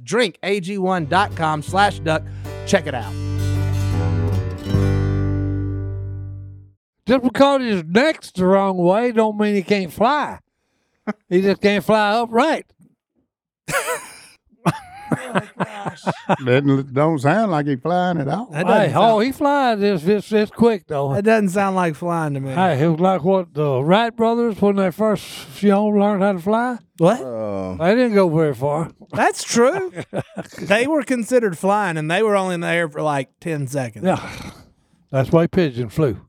drinkag1.com slash duck. Check it out.
Just because his neck's the wrong way don't mean he can't
*laughs*
fly. he just can't fly upright.
Doesn't don't sound like he flying at all.
Hey, oh, he flies this this this quick though.
doesn't sound like flying to me.
Hey, it was like what the Wright brothers when they first you know learned how to fly.
What?
They didn't go very far.
That's true. they were considered flying, and they were only in the air for like ten seconds.
Yeah, that's why pigeon flew.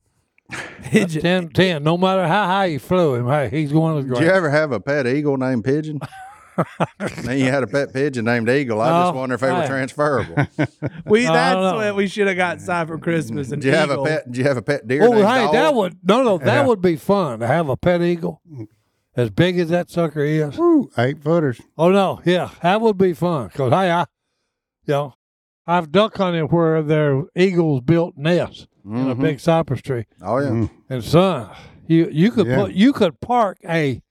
Pigeon.
10, 10, no matter how high you flew him, hey, he's going to the
Did you
ground.
ever have a pet eagle named
*laughs*
Pigeon? then you had a pet pigeon named Eagle. I just
No.
wonder if they were
Hey. *laughs*
transferable.
We
I
that's
don't know.
what we should have got Cy for Christmas. And
Did you have a
eagle.
pet? Did you have a pet deer?
Oh,
named
hey,
Dog?
that would no, no, that
Yeah. Mm.
would be fun to have a pet eagle, as big as that sucker is.
Ooh, eight footers.
Oh no, yeah, that would be fun. Cause hey, I, you know, I've duck hunted where their eagles built nests in a
Mm-hmm.
big cypress tree,
Oh yeah.
Mm,
and son, you you could
Yeah.
put you could park a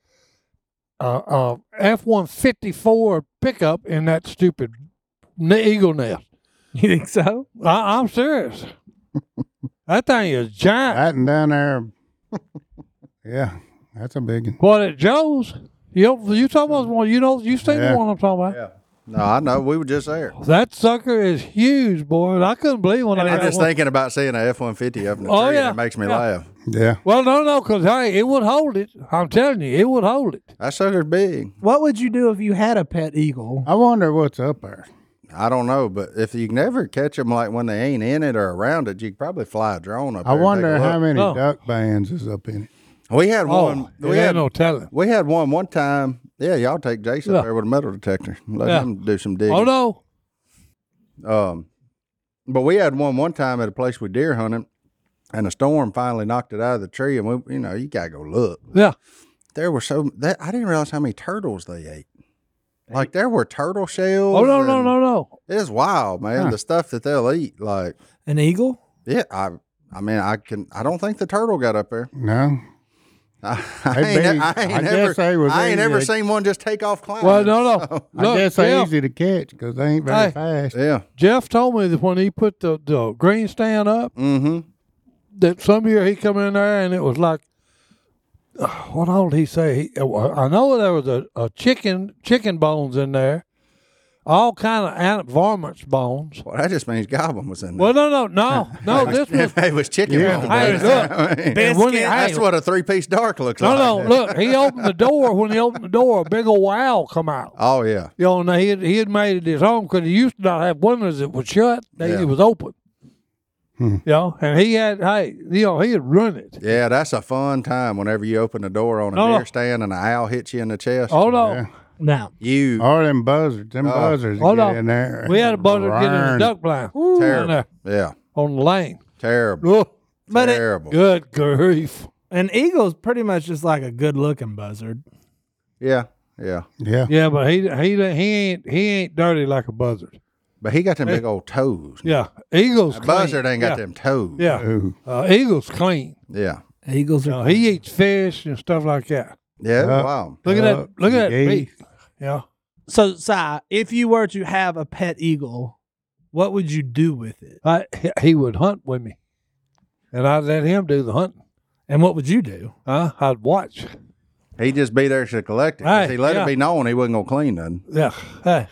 uh F one fifty four pickup in that stupid ne- eagle nest.
You think so?
I, I'm serious. that thing is giant.
That and down there. yeah, that's a big one.
What at Joe's? You you talking about one? You know you seen
Yeah.
the one I'm talking about?
No, I know. We were just there.
That sucker is huge, boy. and I couldn't believe when I
I'm
got
just
one.
thinking about seeing a F one fifty up in the
Oh,
tree,
yeah.
and it makes me
Yeah.
laugh.
Yeah.
Well, no, no, because hey, it would hold it. I'm telling you, it would hold it.
That sucker's big.
What would you do if you had a pet eagle?
I wonder what's up there.
I don't know, but if you never catch them like when they ain't in it or around it, you could probably fly a drone up.
I
there and take a
wonder how
look.
many
No.
duck bands is up in it.
we had
Oh,
one.
it
We had
ain't no telling.
we had one one time. Yeah, y'all take Jason
Yeah.
up there with a metal detector. Let
Yeah.
him do some digging.
Oh no,
Um, but we had one one time at a place we deer hunting, and a storm finally knocked it out of the tree. And we, you know, you gotta go look.
yeah,
There were so that I didn't realize how many turtles they ate. Like there were turtle shells.
oh no, no,
and
no, no.
It's wild, man. The stuff that they'll eat. Like
An eagle?
yeah, I, I mean, I can. I don't think the turtle got up there.
No.
*laughs* I,
They
ain't,
be-
ne- I ain't
I
never,
guess they was
I ain't
easy
ever
to-
seen one just take off climbing.
Well, no, no.
I
Look,
guess they're
Jeff,
easy to catch because they ain't very
Hey.
fast.
Yeah.
Jeff told me that when he put the, the green stand up,
Mm-hmm.
that some year he come in there and it was like, what all did he say? He, uh, I know there was a, a chicken chicken bones in there, all kind of an, varmints bones.
Well, that just means Goblin was in there.
Well, no, no, no, no. this
*laughs*
was
if *laughs* it was chicken.
Yeah.
bone,
Hey,
buddy.
look.
*laughs* I mean,
and when he- hey,
that's what a three piece dark looks
No,
like.
no. Look, he opened the door. When he opened the door, a big old owl come out.
Oh yeah.
You know, and he had, he had made it his home because he used to not have windows that were shut. They,
Yeah. Hmm.
It was open. You know, and he had, hey, you know, he had run it.
Yeah, that's a fun time whenever you open the door on a
No, no.
deer stand and an owl hits you in the chest.
Hold on.
Now,
You
Or them buzzards,
Oh.
them buzzards that
hold
get
on.
in there.
We had a buzzard get in the
Roaring.
duck blind
terrible.
there.
Yeah.
on the lane.
Terrible.
Oh,
But it,
terrible.
good grief.
an eagle's pretty much just like a good looking buzzard.
Yeah. Yeah.
Yeah.
Yeah, but he he he ain't he ain't dirty like a buzzard.
But he got them big old toes.
Yeah, eagles.
A
clean.
buzzard ain't got
yeah.
them toes.
Yeah,
Ooh.
uh, eagles clean.
Yeah.
Eagles
You know, he eats fish and stuff like that.
Yeah.
Uh-huh.
Uh,
wow.
Look at that! Look at that
Yeah.
beak. Yeah.
so, Si, if you were to have a pet eagle, what would you do with it? *laughs*
I, he- he would hunt with me, and I'd let him do the hunting.
And what would you do?
Huh? I'd watch.
He'd just be there to collect it. 'cause
Hey,
he let
yeah.
it be known he wasn't gonna clean nothing.
Yeah. Hey.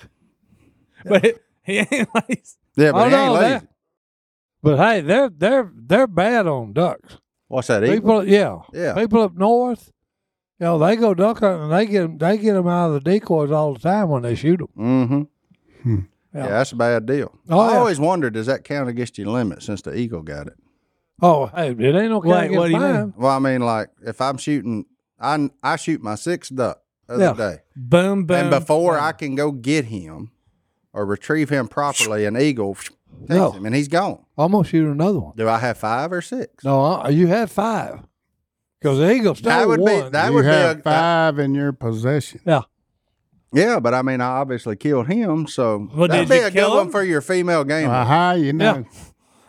But he ain't like
Yeah, but
Oh,
he ain't
no,
lazy.
that- But hey, they're they're they're bad on ducks.
What's that? Eagle?
People, yeah,
Yeah.
People up north, you know, they go duck hunting. And they get 'em- they get them out of the decoys all the time when they shoot them.
Mm-hmm. Yeah.
Yeah.
that's a bad deal.
Oh,
I
yeah.
always wondered, does that count against your limit since the eagle got it?
Oh, hey, it ain't no
Wait,
kind
what do you mean?
Well, I mean, like if I'm shooting, I I shoot my sixth duck the other
Yeah.
day,
boom, boom.
and before I can go get him or retrieve him properly, an eagle *sniffs* takes
No.
him and he's gone.
I'm gonna shoot another one.
Do I have five or six?
No, I, you had five because the eagle stole
That would
one.
be that
you
would be
have
a, that-
five in your possession.
yeah, but I mean, I obviously killed him, so
Well,
that'd
did
be
you
a
kill
good one
him?
for your female game.
Well, how you know?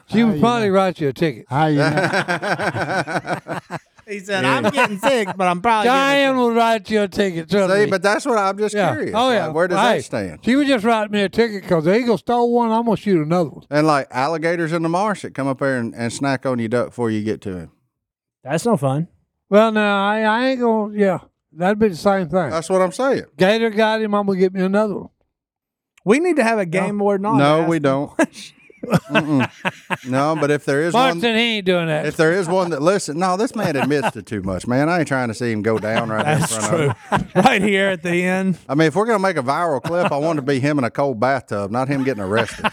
she would probably write you a ticket.
How
*laughs*
you know?
*laughs*
he said, I'm getting sick, but I'm probably.
Diane will write you a ticket. trust
See,
me.
but that's what I'm just
yeah.
curious.
Oh yeah.
Like, where does
Hey,
that stand?
She would just write me a ticket because the eagle stole one. I'm gonna shoot another one.
And like alligators in the marsh that come up there and, and snack on your duck before you get to him.
That's no fun.
Well, no, I, I ain't gonna. Yeah, that'd be the same thing.
That's what I'm saying.
Gator got him. I'm gonna get me another one.
We need to have a game board.
*laughs*
and all
No,
that.
we
*laughs*
don't. Mm-mm. no, but if there is
Martin,
one,
he ain't doing that.
if there is one that listen, no, this man admits to too much, man. I ain't trying to see him go down right in front of him.
right here at the end.
I mean, if we're gonna make a viral clip, I want it to be him in a cold bathtub, not him getting arrested.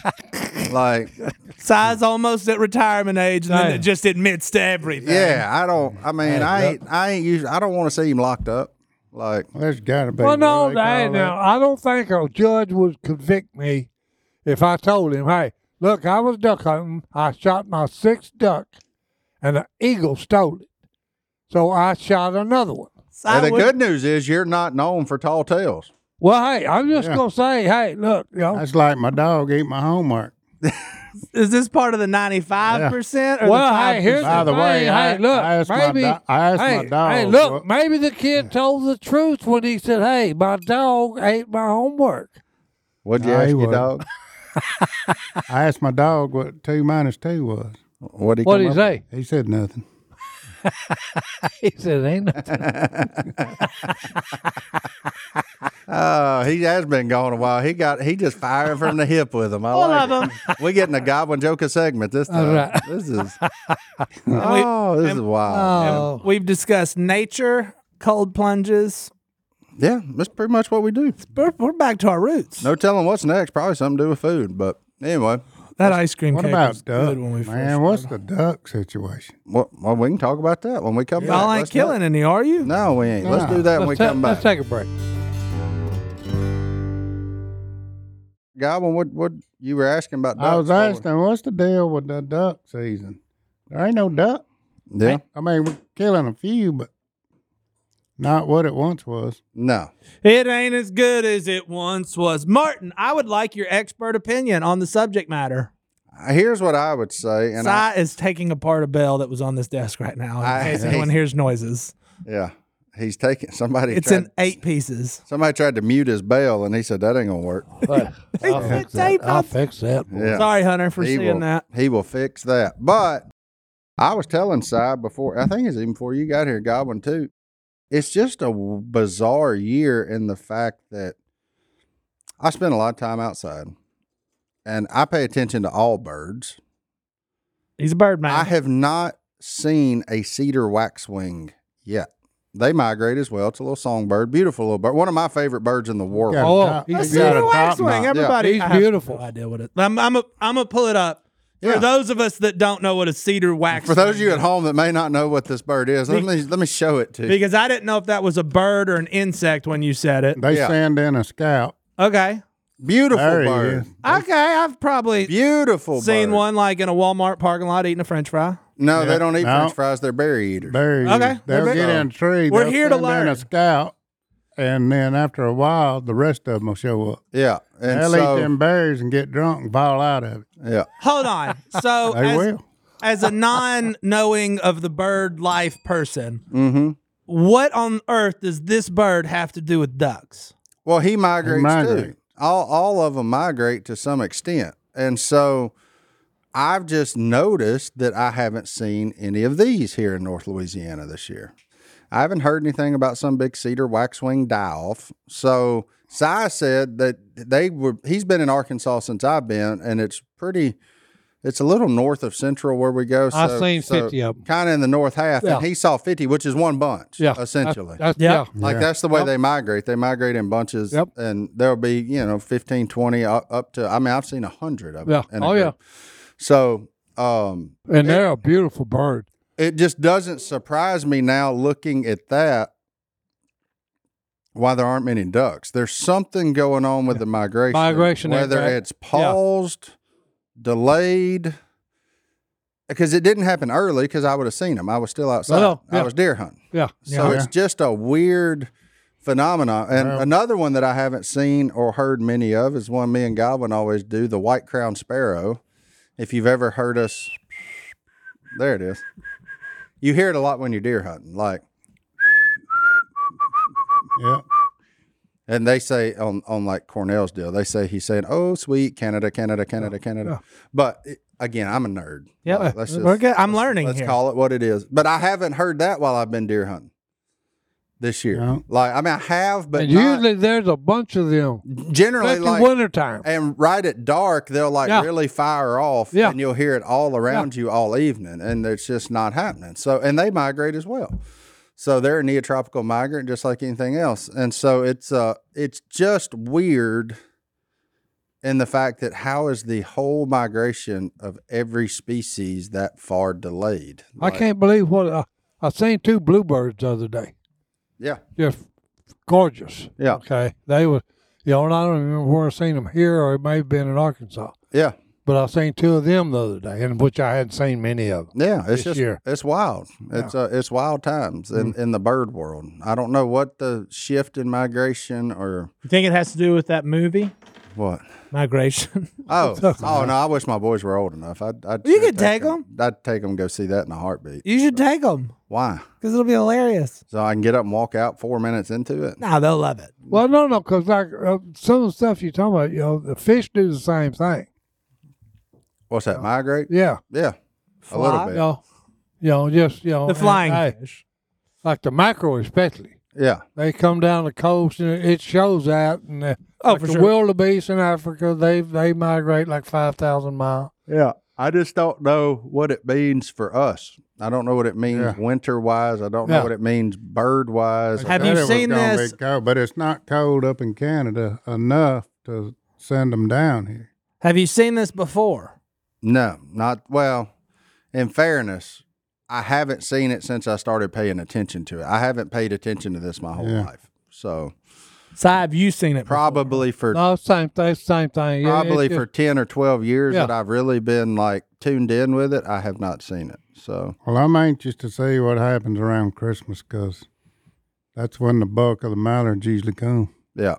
*laughs*
like,
Size almost at retirement age, and then
Damn.
it just admits to everything.
yeah, I don't. I mean, I ain't. I ain't usually. I don't want to see him locked up. Like,
There's got to be.
well, no,
what do they
hey,
call
now
that?
I don't think a judge would convict me if I told him, "Hey, look, I was duck hunting. I shot my sixth duck, and an eagle stole it. So I shot another one."
So I
and the
would-
good news is you're not known for tall tales.
Well, hey, I'm just
Yeah.
gonna say, hey, look, you know,
Oh. That's like my dog ate my homework.
*laughs* Is this part of the 95% or
Well,
the 5%?
hey, here's
By the
thing.
way,
hey,
I-
look,
I asked my
maybe,
do- I asked my
hey, Hey,
dog
look,
what-
maybe the kid told the truth when he said, "Hey, my dog ate my homework."
What'd you
No,
ask
he
your
wasn't.
dog?
*laughs* I asked my dog what two minus two was.
What'd he
What
come
did he
up
say?
He said nothing.
He
*laughs*
said, "Ain't nothing."
Oh, he has been gone a while. He got he just firing from the hip with him. I like
of
it. We getting a goblin joker segment this time.
right.
This is oh, this is
uh,
wild.
Oh,
We've discussed nature, cold plunges.
yeah, that's pretty much what we do.
We're, we're back to our roots.
No telling what's next. Probably something to do with food. But anyway,
That ice cream
What
cake
about
was
duck?
good when we first
Man, what's the duck situation?
well, well, we can talk about that when we come back.
Y'all ain't
Let's
killing
not-
any, are you?
No, we ain't. Let's
Nah.
do that when we
let's, ta-
come back.
let's take
*laughs*
a break.
Goblin, what what you were asking about?
I was
ducks,
asking, what's the deal with the duck season? There ain't no duck.
what- Yeah.
I mean, we're killing a few, but not what it once was.
No.
It ain't as good as it once was. Martin, I would like your expert opinion on the subject matter.
Here's what I would say, and I,
Sai is taking apart a bell that was on this desk right now.
I-
In
*laughs*
case anyone hears noises,
yeah, he's taking somebody.
it's
tried,
in eight pieces.
somebody tried to mute his bell, and he said that ain't gonna work.
But I'll,
said
fix
tape
that. I'll
up.
fix that.
Yeah.
Sorry, Hunter, for
he
seeing
will,
that.
He will fix that. But I was telling Cy before, I think it's even before you got here, Goblin too. It's just a w- bizarre year in the fact that I spend a lot of time outside and I pay attention to all birds.
He's a bird man.
I have not seen a cedar waxwing yet. They migrate as well. It's a little songbird, beautiful little bird. One of my favorite birds in the world.
Got a
Oh,
top-
he's
you
a
He's
got
cedar
a top
waxwing.
knot.
Everybody,
He's
I have
beautiful.
No idea what it. I'm I'm a, I'm gonna pull it up for those of us that don't know what a cedar wax.
For those of you at home that may not know what this bird is, let me let me show it to you.
because I didn't know if that was a bird or an insect when you said it.
They
Yeah.
send in a scout.
Okay,
Beautiful
There he is.
bird.
okay, I've probably
Beautiful
seen
bird.
one like in a Walmart parking lot eating a French fry.
No,
Yeah.
they don't eat
No.
French fries. They're berry eaters.
There he is.
Okay,
They'll
we're
get
back.
in a tree.
We're
they'll
here to
send in
learn.
a scout, and then after a while, the rest of them will show up.
yeah, and
they'll
so
eat them berries and get drunk and fall out of it.
yeah,
Hold on. So
*laughs* They
as,
will.
as a non-knowing of the bird life person,
mm-hmm.
what on earth does this bird have to do with ducks?
Well, he migrates too.
migrate.
All all of them migrate to some extent, and so I've just noticed that I haven't seen any of these here in North Louisiana this year. I haven't heard anything about some big cedar waxwing die off. So Si said that they were. He's been in Arkansas since I've been, and it's pretty. It's a little north of central where we go. So,
I've seen 50 of 'em.
Kind of in the north half.
Yeah.
And he saw 50, which is one bunch,
Yeah.
essentially.
That's,
Yeah.
yeah.
Like
Yeah.
that's the way
Yep.
they migrate. They migrate in bunches,
Yep.
and there'll be you know 15, 20 up, up to. I mean, I've seen a hundred of them.
Yeah. Oh, yeah.
So um,
And they're a beautiful bird.
it just doesn't surprise me now looking at that. Why there aren't many ducks? There's something going on with the migration.
Migration,
whether
okay.
it's paused, delayed, because it didn't happen early. Because I would have seen them. I was still outside.
Well,
I
yeah.
was deer hunting.
Yeah.
So
Yeah.
it's just a weird phenomenon. And
Well-
another one that I haven't seen or heard many of is one me and Goblin always do, the white crowned sparrow. If you've ever heard us, there it is. You hear it a lot when you're deer hunting, like,
Yeah.
and they say on on like Cornell's deal, they say he's saying, "Oh, sweet Canada, Canada, Canada, Canada." But it, again, I'm a nerd.
Yeah,
Like, let's just
we're good. I'm learning
let's
here.
call it what it is. But I haven't heard that while I've been deer hunting this year.
No.
Like, I mean, I have, but
and
not-
usually there's a bunch of them.
generally
Especially
like
wintertime.
and right at dark they'll like
Yeah.
really fire off
Yeah.
and you'll hear it all around you all evening and it's just not happening so and they migrate as well so they're a neotropical migrant just like anything else and so it's uh it's just weird in the fact that how is the whole migration of every species that far delayed
I
Like,
can't believe what I, I seen two bluebirds the other day.
yeah
Just gorgeous.
Yeah.
Okay. They were, you know, and I don't remember where I seen them here or it may have been in Arkansas.
yeah
But I seen two of them the other day, and which I hadn't seen many of. Them.
Yeah, it's
this
just
year.
it's wild. It's uh, it's wild times in, in the bird world. I don't know what the shift in migration or
You think it has to do with that movie
what.
migration? *laughs*
Oh, oh no! I wish my boys were old enough. I'd, I'd
You
sure
could take 'em.
I'd take them go see that in a heartbeat.
you should take them
Why?
because it'll be hilarious.
So I can get up and walk out four minutes into it.
Nah, they'll love it.
Well, no, no, because like uh, some of the stuff you're talking about, you know, the fish do the same thing.
What's that? Migrate?
Yeah.
Yeah, a
Fly?
little
You
bit.
know, you know, just you know,
The
and,
flying
hey,
fish.
like the mackerel especially.
Yeah,
They come down the coast and it shows out. And uh,
Oh,
like
for
the
sure.
wildebeest in Africa, they they migrate like five thousand miles.
yeah. I just don't know what it means for us. I don't know what it means
Yeah.
winter wise. I don't know
Yeah.
what it means bird wise.
Have
Said
you
it was
seen
gonna
this-
Be cold, but it's not cold up in Canada enough to send them down here.
Have you seen this before?
No, not well. In fairness, I haven't seen it since I started paying attention to it. I haven't paid attention to this my whole
Yeah.
life. So
Si, have you seen it? before?
probably for
No, same thing, same thing. Yeah, it-
probably
it-
for ten or twelve years
Yeah.
that I've really been like tuned in with it, I have not seen it. So
Well, I'm anxious to see what happens around Christmas because that's when the bulk of the mallards usually come.
yeah.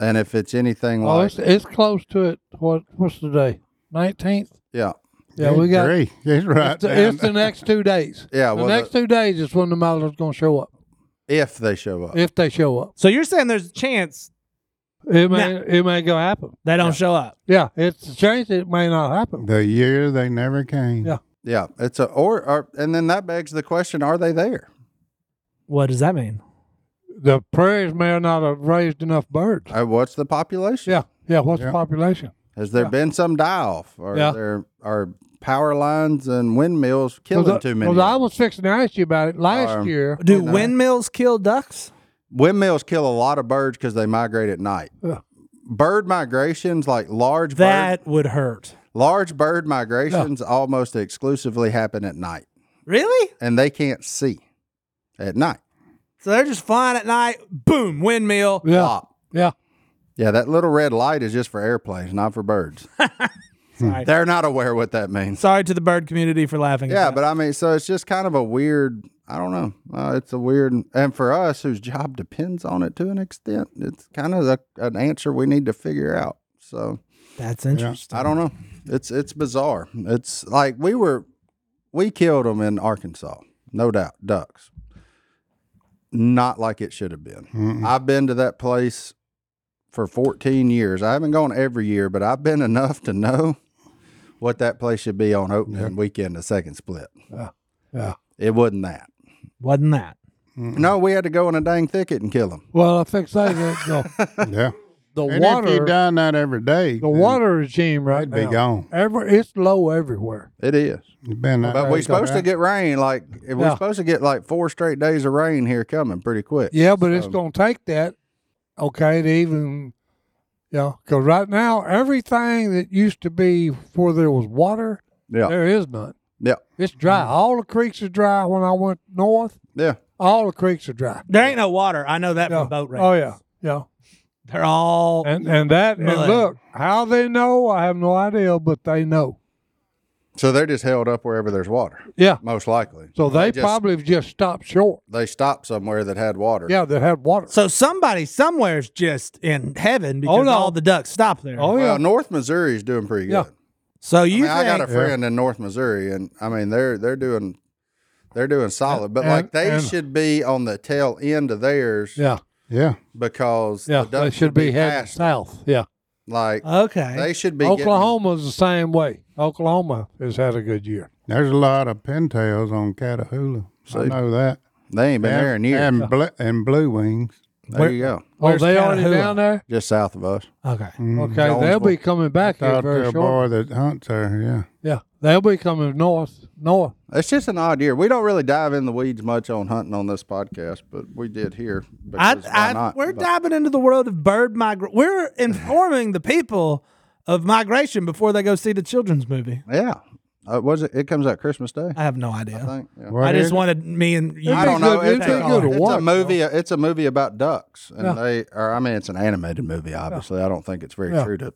And if it's anything
Oh,
like
it's, it's close to it. What what's the day? Nineteenth.
Yeah.
Yeah, we got.
Agree. *laughs* It's right.
It's,
down
it's the next two days.
Yeah,
the
well,
next two days is when the modelers going to show up
If they show up.
if they show up.
So you're saying there's a chance
It may it may go happen.
they don't show up.
Yeah, it's a chance it may not happen.
the year they never came.
Yeah.
Yeah. It's a or, or and then that begs the question, are they there?
What does that mean?
The prairies may not have raised enough birds.
Uh, what's the population?
Yeah, yeah. What's
Yeah.
the population?
Has there been some die off? Or
Yeah.
there are power lines and windmills killing
Because I-
too many?
because I was fixing to ask you about it last
Um,
year.
Do
Nah.
windmills kill ducks?
windmills kill a lot of birds because they migrate at night.
Yeah.
Bird migrations, like large bird,
That would hurt.
large bird migrations, almost exclusively happen at night,
Really?
and they can't see at night.
So they're just flying at night. Boom, windmill.
Yeah,
Pop.
yeah.
Yeah, that little red light is just for airplanes, not for
*laughs*
birds.
Sorry.
They're not aware what that means.
Sorry to the bird community for laughing. at
Yeah,
that.
but I mean, so it's just kind of a weird. I don't know. Uh, it's a weird, and for us, whose job depends on it to an extent, it's kind of a, an answer we need to figure out. So
that's interesting.
I don't know. It's it's bizarre. It's like we were we killed them in Arkansas, no doubt, ducks. Not like it should have been. I've been to that place for 14 years. I haven't gone every year, but I've been enough to know what that place should be on opening weekend, the second split.
yeah.
It wasn't that.
Wasn't that?
No, we had to go in a dang thicket and kill them.
Well, I think so. The,
*laughs*
the,
Yeah.
the
And if you
water,
done that every day,
the water regime right
would be
now.
gone.
Every it's low everywhere.
It is.
You've been that
But
way.
we're supposed to get rain. Like, we're
Yeah.
supposed to get like four straight days of rain here coming pretty quick.
Yeah, but it's
So-
going to take that, okay, to even, you know, because right now, everything that used to be where there was water,
Yeah.
there is none.
Yeah.
It's dry. All the creeks are dry when I went north.
Yeah.
All the creeks are dry.
There ain't no water. I know that
Yeah.
from boat race.
Oh, yeah. Yeah.
They're all
And and that, and
Mud.
look, how they know, I have no idea, but they know.
So they're just held up wherever there's water,
Yeah.
most likely.
So they,
just-
probably have just stopped short.
They stopped somewhere that had water.
Yeah, they had water.
so somebody somewhere's just in heaven because
Oh, no.
all the ducks stop there.
Oh,
Well,
yeah.
North Missouri is doing pretty good.
Yeah.
so
I,
you
mean, I got a
think-
friend in North Missouri, and I mean they're they're doing they're doing solid, but
And-
like they
and-
should be on the tail end of theirs
Yeah.
Yeah.
because
Yeah.
the ducks
They should be heading
past.
south. Yeah.
Like
okay.
they should be getting-
Oklahoma's the same way. Oklahoma has had a good year.
There's a lot of pintails on Catahoula. I know that.
they ain't been there in
and,
years.
and, bl- and blue wings.
there you go,
Oh, they already
Catahoula?
down there?
just south of us.
okay.
Mm,
Okay, they'll be coming back here
Out there,
very
a
short.
boy that hunts there. Yeah.
Yeah, they'll be coming north, north.
It's just an odd year. We don't really dive in the weeds much on hunting on this podcast, but we did here.
I,
because why
I,
not?
we're
But-
diving into the world of bird migration. We're informing the people of migration before they go see the children's movie.
Yeah. Uh, was it? It comes out Christmas Day.
I have no idea.
I think. yeah.
What
I just
is-
wanted me and you.
I
be
don't
good-
know.
it'd
It's,
be
a,
good to
it's a
watch,
movie. It's a movie about ducks, and they are. I mean, it's an animated movie. Obviously, I don't think it's very
Yeah.
true to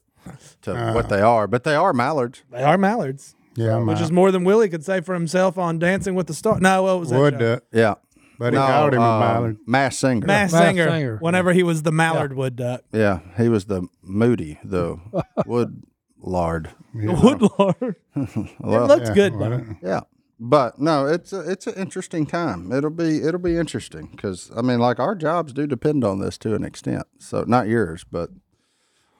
to what they are, but they are mallards.
They are mallards,
Yeah. I'm
which
out.
is more than Willie could say for himself on Dancing with the Star. No, what was that?
wood
show?
duck.
Yeah,
But he called him a
um,
ballard.
Mass singer.
Mass,
Mass
singer,
Singer.
Whenever he was the mallard wood duck,
Yeah, he was the moody, the wood lard.
*laughs* wood
*laughs*
lord. it
Well,
looked good though.
Yeah, but no, it's a, it's an interesting time. It'll be it'll be interesting because I mean, like our jobs do depend on this to an extent. So not yours, but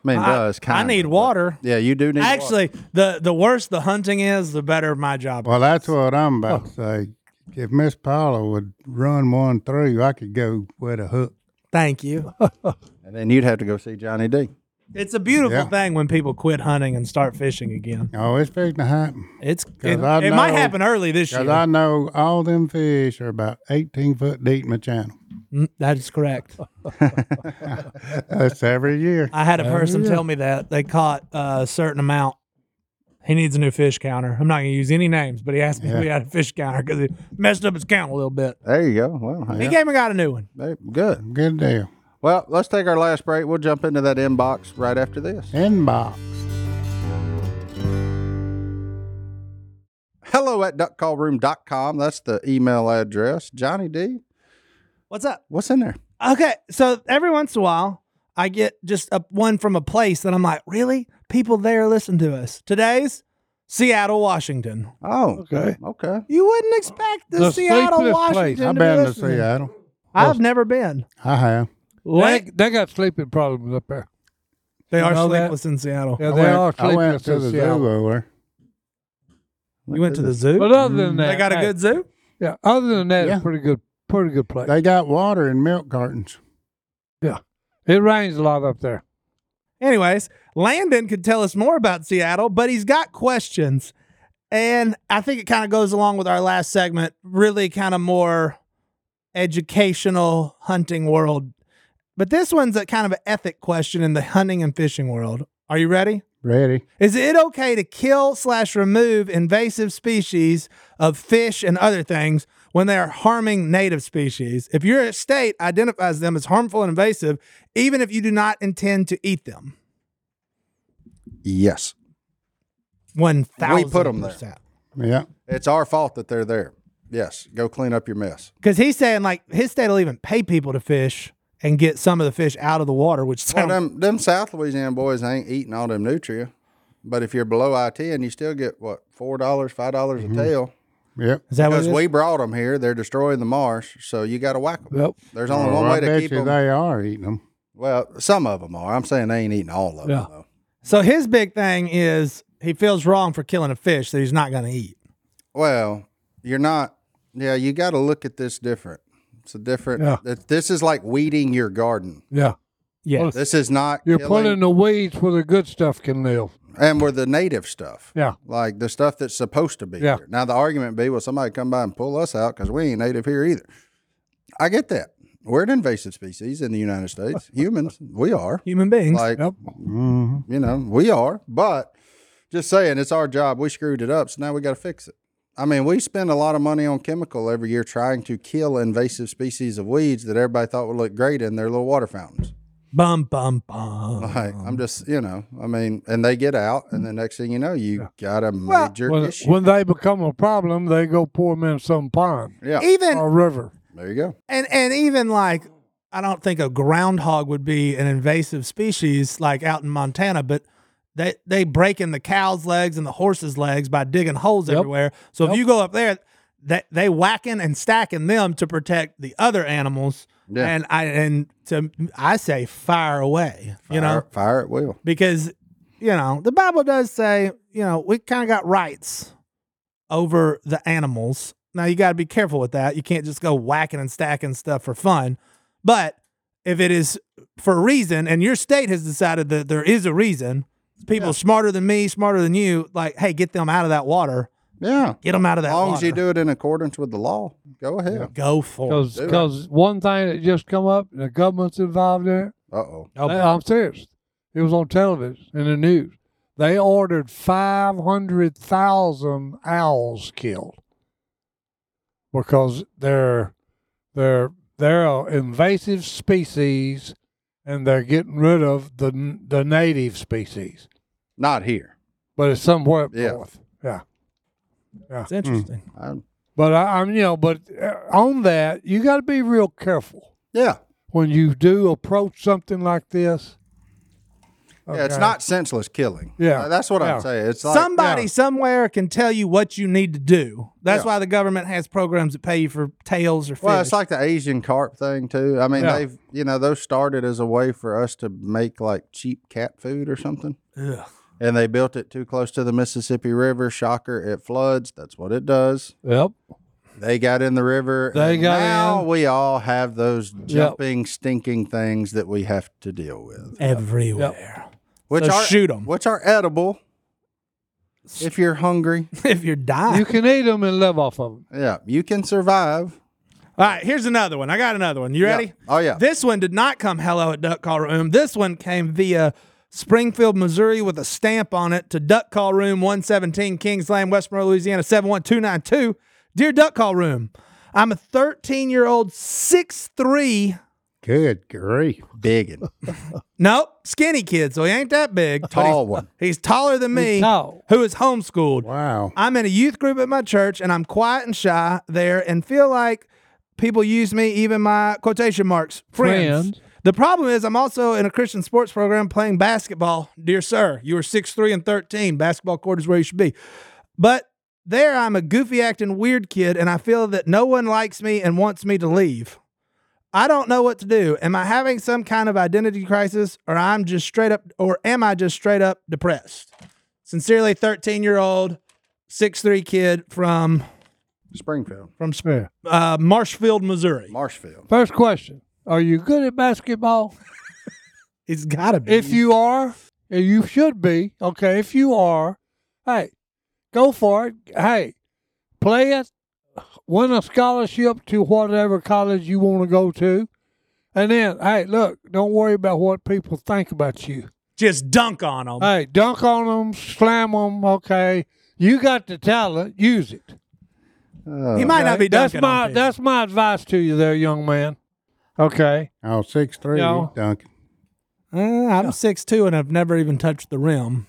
I mean,
I-
does
I
kind
need water.
Yeah, you do need water.
Actually, the the worse the hunting is, the better my job.
Well, that's what I'm about to say. If Miss Paula would run one through, I could go with a hook.
Thank
*laughs*
you.
and then you'd have to go see Johnny D.
It's a beautiful
Yeah.
thing when people quit hunting and start fishing again.
Oh, it's fixing to happen.
It's it,
I
it might
know-
happen early this year.
Because I know all them fish are about 18 foot deep in the channel.
Mm, that is correct.
That's every year.
I had a person tell me that they caught uh, a certain amount. He needs a new fish counter. I'm not going to use any names, but he asked me if we had a fish counter because he messed up his count a little bit.
There you go. Well,
He
yeah.
came and got a new one.
Hey, good.
Good deal.
Well, let's take our last break. We'll jump into that inbox right after this.
Inbox.
Hello at duckcallroom.com. That's the email address. Johnny D,
What's up?
what's in there?
Okay, so every once in a while, I get just a, one from a place that I'm like, really? People there listen to us. Today's Seattle, Washington.
Oh,
Okay.
okay.
You wouldn't expect the,
The
Seattle,
safest place.
Washington.
I've
to
been to
listen to
Seattle.
I've never been.
I have.
They, they got sleeping problems up there.
They
You
are
know that?
sleepless in Seattle.
Yeah,
I
they
went,
are
I
sleeping
went to the zoo over there.
You went to the zoo.
But other than that,
they got a
hey,
good zoo.
Yeah, other than that,
Yeah.
it's pretty good, pretty good place.
They got water in milk cartons.
it rains a lot up there.
Anyways, Landon could tell us more about Seattle, but he's got questions. And I think it kind of goes along with our last segment, really kind of more educational hunting world. But this one's a kind of an ethic question in the hunting and fishing world. Are you ready?
Ready?
Is it okay to kill slash remove invasive species of fish and other things when they are harming native species? If your state identifies them as harmful and invasive, even if you do not intend to eat them,
Yes.
one thousand
put 'em there.
Yeah.
It's our fault that they're there. Yes. Go clean up your mess.
Because he's saying like his state will even pay people to fish and get some of the fish out of the water, which
Well,
sounds
them, them South Louisiana boys ain't eating all them nutria. But if you're below IT and you still get what four dollars, five dollars a tail
Yep.
is that what
because
it is?
we brought them here, they're destroying the marsh. So you got to whack them.
Yep.
There's only
Well,
one way
Oh, I
to
bet
keep
you
them.
they are eating them.
Well, some of them are. I'm saying they ain't eating all of
Yeah.
them. Though.
so his big thing is he feels wrong for killing a fish that he's not going to eat.
Well, you're not. Yeah, you got to look at this different. It's a different.
Yeah.
that- This is like weeding your garden.
Yeah,
Yes.
This is not
you're
killing-
pulling the weeds where the good stuff can live.
and where the native stuff.
Yeah.
like the stuff that's supposed to be
Yeah.
here. Now the argument be, well, somebody come by and pull us out because we ain't native here either. I get that. We're an invasive species in the United
*laughs*
States. Humans, we are.
Human beings.
Like
Yep.
hmm
you know, we are. But just saying, it's our job. We screwed it up, so now we got to fix it. I mean, we spend a lot of money on chemical every year trying to kill invasive species of weeds that everybody thought would look great in their little water fountains.
bum bum bum.
Like, I'm just, you know, I mean, and they get out, and the next thing you know, you got a major
When,
issue.
when they become a problem, they go pour them in some pond
yeah,
Even
or river.
there you go.
and and even like I don't think a groundhog would be an invasive species like out in Montana, but they they break in the cow's legs and the horse's legs by digging holes everywhere. So if you go up there, they they whacking and stacking them to protect the other animals.
Yeah.
And I and to I say fire away, you know,
Fire- fire at will.
because you know the Bible does say you know we kind of got rights over the animals. Now you got to be careful with that. You can't just go whacking and stacking stuff for fun. But if it is for a reason, and your state has decided that there is a reason, people smarter than me, smarter than you, like hey, get them out of that water.
Yeah,
Get them out of that
as long
water.
as you do it in accordance with the law, go ahead.
Go for it.
Do it.
Because one thing that just come up, and the government's involved in it.
Uh oh.
They- I'm serious. It was on television in the news. They ordered 500,000 owls killed because they're they're they're an invasive species, and they're getting rid of the n- the native species.
Not here.
But it's somewhere up
Yeah.
north. Yeah.
It's interesting.
i
But I, I'm you know, but uh, on that you got to be real careful
yeah.
when you do approach something like this.
Yeah, it's
Okay.
not senseless killing.
Yeah.
Uh, that's what
Yeah.
I'm saying. It's like
Somebody
yeah.
somewhere can tell you what you need to do. That's
Yeah.
why the government has programs that pay you for tails or fish.
well, it's like the Asian carp thing too. I mean,
Yeah.
they've you know those started as a way for us to make like cheap cat food or something.
Ugh.
And they built it too close to the Mississippi River. Shocker, it floods. That's what it does.
Yep.
They got in the river.
They
and
got
now
in.
we all have those jumping, stinking things that we have to deal with,
everywhere. *laughs*
which
So
are
shoot 'em.
which are edible. If you're hungry,
if you're dying.
You can eat them and live off of them.
yeah, you can survive.
All right, here's another one. I got another one. You
Yeah.
ready?
Oh, yeah.
This one did not come hello at Duck Call Room. This one came via Springfield, Missouri with a stamp on it to Duck Call Room 117 Kings Lane, Westboro, Louisiana 71292. Dear Duck Call Room, I'm a 13 year old, 6'3.
Good grief.
Big and
Nope, skinny kid, so he ain't that big. but he's-
tall one.
He's taller than me,
tall.
who is homeschooled.
Wow.
I'm in a youth group at my church and I'm quiet and shy there and feel like people use me, even my quotation marks, friends.
Friends.
The problem is, I'm also in a Christian sports program playing basketball. Dear sir, you are 6'3 and 13. Basketball court is where you should be. But there, I'm a goofy acting weird kid, and I feel that no one likes me and wants me to leave. I don't know what to do. Am I having some kind of identity crisis, or I'm just straight up, or am I just straight up depressed? Sincerely, 13 year old, 6'3 kid from
Springfield,
from Sp-
Yeah.
uh, Marshfield, Missouri.
Marshfield.
First question: Are you good at basketball?
It's gotta be.
If you are, and you should be, okay, if you are, hey, go for it. Hey, play it, win a scholarship to whatever college you want to go to. And then, hey, look, don't worry about what people think about you.
just dunk on them.
Hey, dunk on them, slam them, okay? You got the talent, use it.
Oh,
he might not
okay?
be
that's
dunking. on
my
people.
that's my advice to you there, young man. Okay.
Oh, six three,
No.
Duncan.
Uh, I'm six two and I've never even touched the rim.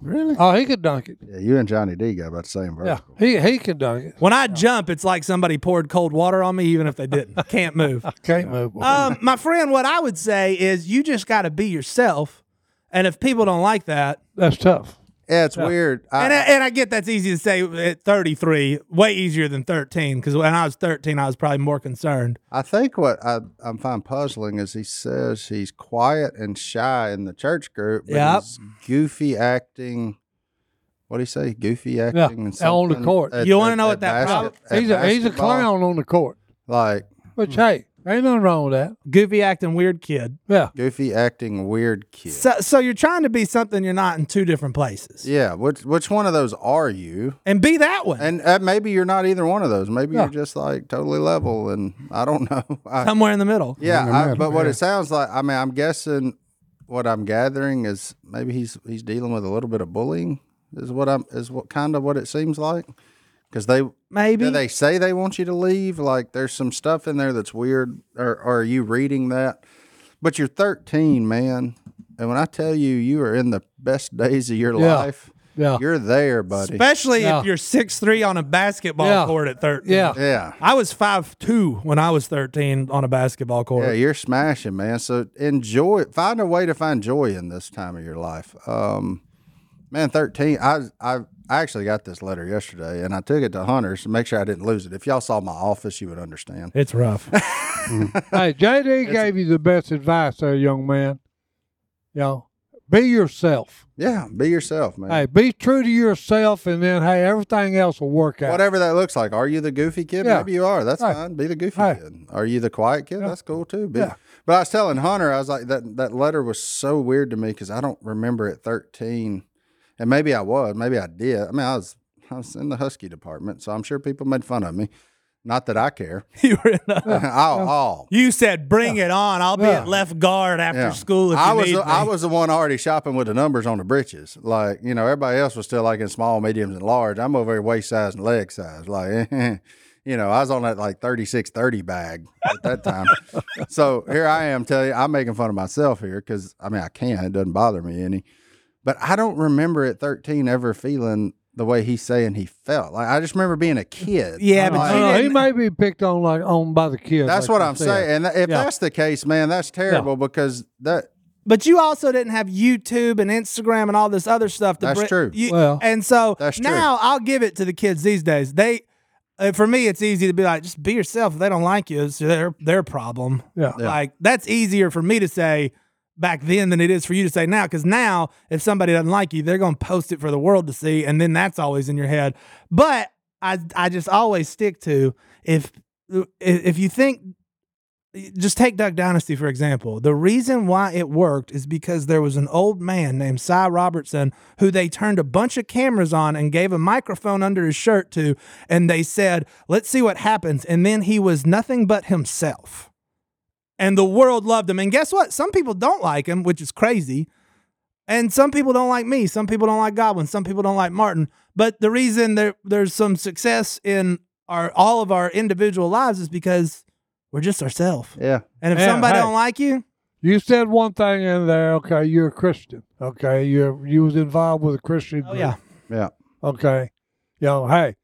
Really?
Oh, he could dunk it.
Yeah, you and Johnny D got about the same
Yeah.
vertical.
He he can dunk it.
When I jump, it's like somebody poured cold water on me, even if they *laughs* didn't. Can't move.
Can't move.
Um, my friend, what I would say is you just got to be yourself, and if people don't like that,
that's tough.
Yeah, it's weird. I,
and I, and I get that's easy to say at 33, way easier than 13, because when I was 13, I was probably more concerned.
I think what I, I find puzzling is he says he's quiet and shy in the church group, but
Yep.
he's goofy acting. What do you say? Goofy acting and
on the
something
court.
at-
You wanna
at-
know
at
what that
basket- at
He's a he's a
basketball. Mm-hmm.
clown on the court.
Like
Which hey, ain't nothing wrong with that.
Goofy acting weird kid.
Yeah.
goofy acting weird kid.
So, so you're trying to be something you're not in two different places,
yeah, which which one of those are you?
and be that one
And uh, maybe you're not either one of those. Maybe
Yeah.
you're just like totally level, and I don't *laughs* know. I,
somewhere in the middle.
Yeah,
the
I,
middle,
but what
yeah.
it sounds like, I mean, I'm guessing what I'm gathering is maybe he's he's dealing with a little bit of bullying. Is what I'm is what kind of what it seems like because they
Maybe
do they say they want you to leave. Like there's some stuff in there that's weird. Or, or are you reading that? But you're 13, man, and when I tell you you are in the best days of your
Yeah.
life,
Yeah.
you're there, buddy.
Especially
Yeah.
if you're six three on a basketball
Yeah.
court at 13.
Yeah.
yeah,
I was five two when I was 13 on a basketball court.
Yeah, you're smashing, man. So enjoy. Find a way to find joy in this time of your life. Um, man, thirteen. I I I actually got this letter yesterday, and I took it to Hunter's to make sure I didn't lose it. If y'all saw my office, you would understand.
It's rough. *laughs*
*laughs*
Hey, JD gave you the best advice there, young man. You know, be yourself.
Yeah, be yourself, man.
Hey, be true to yourself and then hey, everything else will work out.
Whatever that looks like. Are you the goofy kid?
Yeah.
Maybe you are. That's
Right.
fine. Be the goofy
Right.
kid. Are you the quiet kid? That's cool too. Be- But I was telling Hunter, I was like, that that letter was so weird to me because I don't remember at 13. And maybe I was, maybe I did. I mean, I was I was in the Husky department, so I'm sure people made fun of me. Not that I care.
you, were in a-
*laughs* I'll, I'll.
you said, bring it on. I'll be at left guard after
Yeah.
school if
I
you
was
need
the, I
me."
was the one already shopping with the numbers on the britches. Like you know, everybody else was still like in small, mediums, and large. I'm over here waist size and leg size. Like *laughs* you know, I was on that like 36, 30 bag at
*laughs*
that time. so here I am. Tell you, I'm making fun of myself here because I mean I can. It doesn't bother me any. But I don't remember at 13 ever feeling the way he's saying he felt. Like I just remember being a kid.
Yeah, but
I
you
don't know, he
didn't-
may be picked on like on by the kids.
That's
like
what
you
I'm
said.
saying. And if
Yeah.
that's the case, man, that's terrible because that
but you also didn't have YouTube and Instagram and all this other stuff. To
That's
bring-
true.
you-
Well,
and so
that's true.
now I'll give it to the kids these days. They, uh, for me, it's easy to be like, just be yourself. If they don't like you, it's their their problem.
Yeah.
Yeah.
Like that's easier for me to say back then than it is for you to say now. Because now, if somebody doesn't like you, they're going to post it for the world to see, and then that's always in your head. But I, I just always stick to if if you think. Just take Duck Dynasty for example. The reason why it worked is because there was an old man named Cy Robertson who they turned a bunch of cameras on and gave a microphone under his shirt to, and they said, "Let's see what happens." And then he was nothing but himself and the world loved him. And guess what? Some people don't like him, which is crazy. And some people don't like me. Some people don't like Godwin. Some people don't like Martin. But the reason there, there's some success in our all of our individual lives is because we're just ourselves.
yeah.
And if
Yeah,
somebody
hey.
don't like you,
You said one thing in there, okay, you're a Christian. Okay. You're you was involved with a Christian
oh
group.
yeah,
Yeah.
Okay. You know, hey,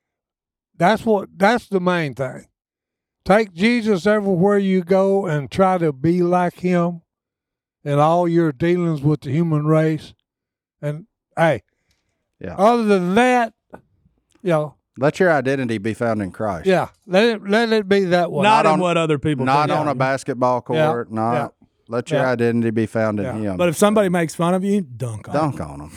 that's what that's the main thing. Take Jesus everywhere you go and try to be like him in all your dealings with the human race. And hey,
Yeah.
other than that, you know,
Let your identity be found in Christ.
yeah, let it let it be that way.
not,
not
in
on-
what other people
Not
think.
on a basketball
Yeah.
court. Not let your
Yeah.
identity be found in
Yeah.
him.
But if somebody makes fun of you, dunk on. them.
*laughs* dunk on them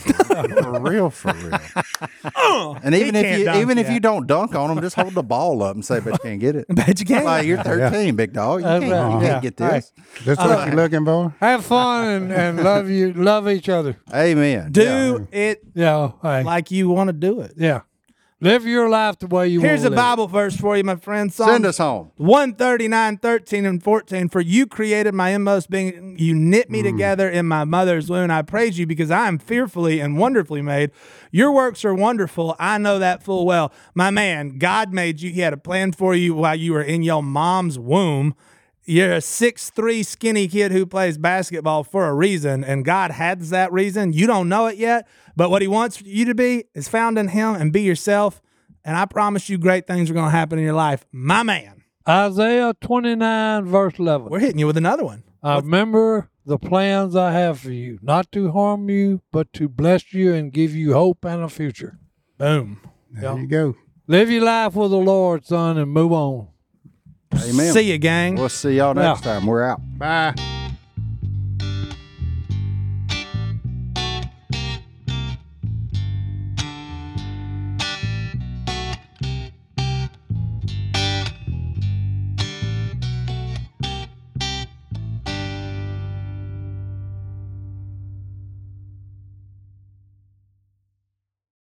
for real, for real.
*laughs*
and even if
can't
you
dunk
even if
yet. *laughs*
you don't dunk on them, just hold the ball up and say, "But you can't get it."
Bet you can't.
Like you're 13, big dog. You
That's
can't,
right.
you
Yeah.
can't get this.
That's what you're looking for.
Have fun
*laughs*
and, and love you love each other.
Amen. Yeah.
do it
Yeah, hey,
like you want to do it.
yeah. Live your life the way you
Here's a
want. to live it.
Bible verse for you, my friend. Psalm
Send us home.
139, 13, and 14. For you created my inmost being. You knit
Mm.
me together in my mother's womb. I praise you because I am fearfully and wonderfully made. Your works are wonderful. I know that full well. My man, God made you. He had a plan for you while you were in your mom's womb. You're a 6'3 skinny kid who plays basketball for a reason, and God has that reason. You don't know it yet, but what He wants you to be is found in Him and be yourself. And I promise you, great things are going to happen in your life. My man.
Isaiah 29, verse 11.
We're hitting you with another one.
I remember the plans I have for you, not to harm you, but to bless you and give you hope and a future.
Boom.
There you go.
Live your life with the Lord, son, and move on.
Amen.
See you, gang.
We'll see y'all next
Yeah.
time. We're out.
Bye.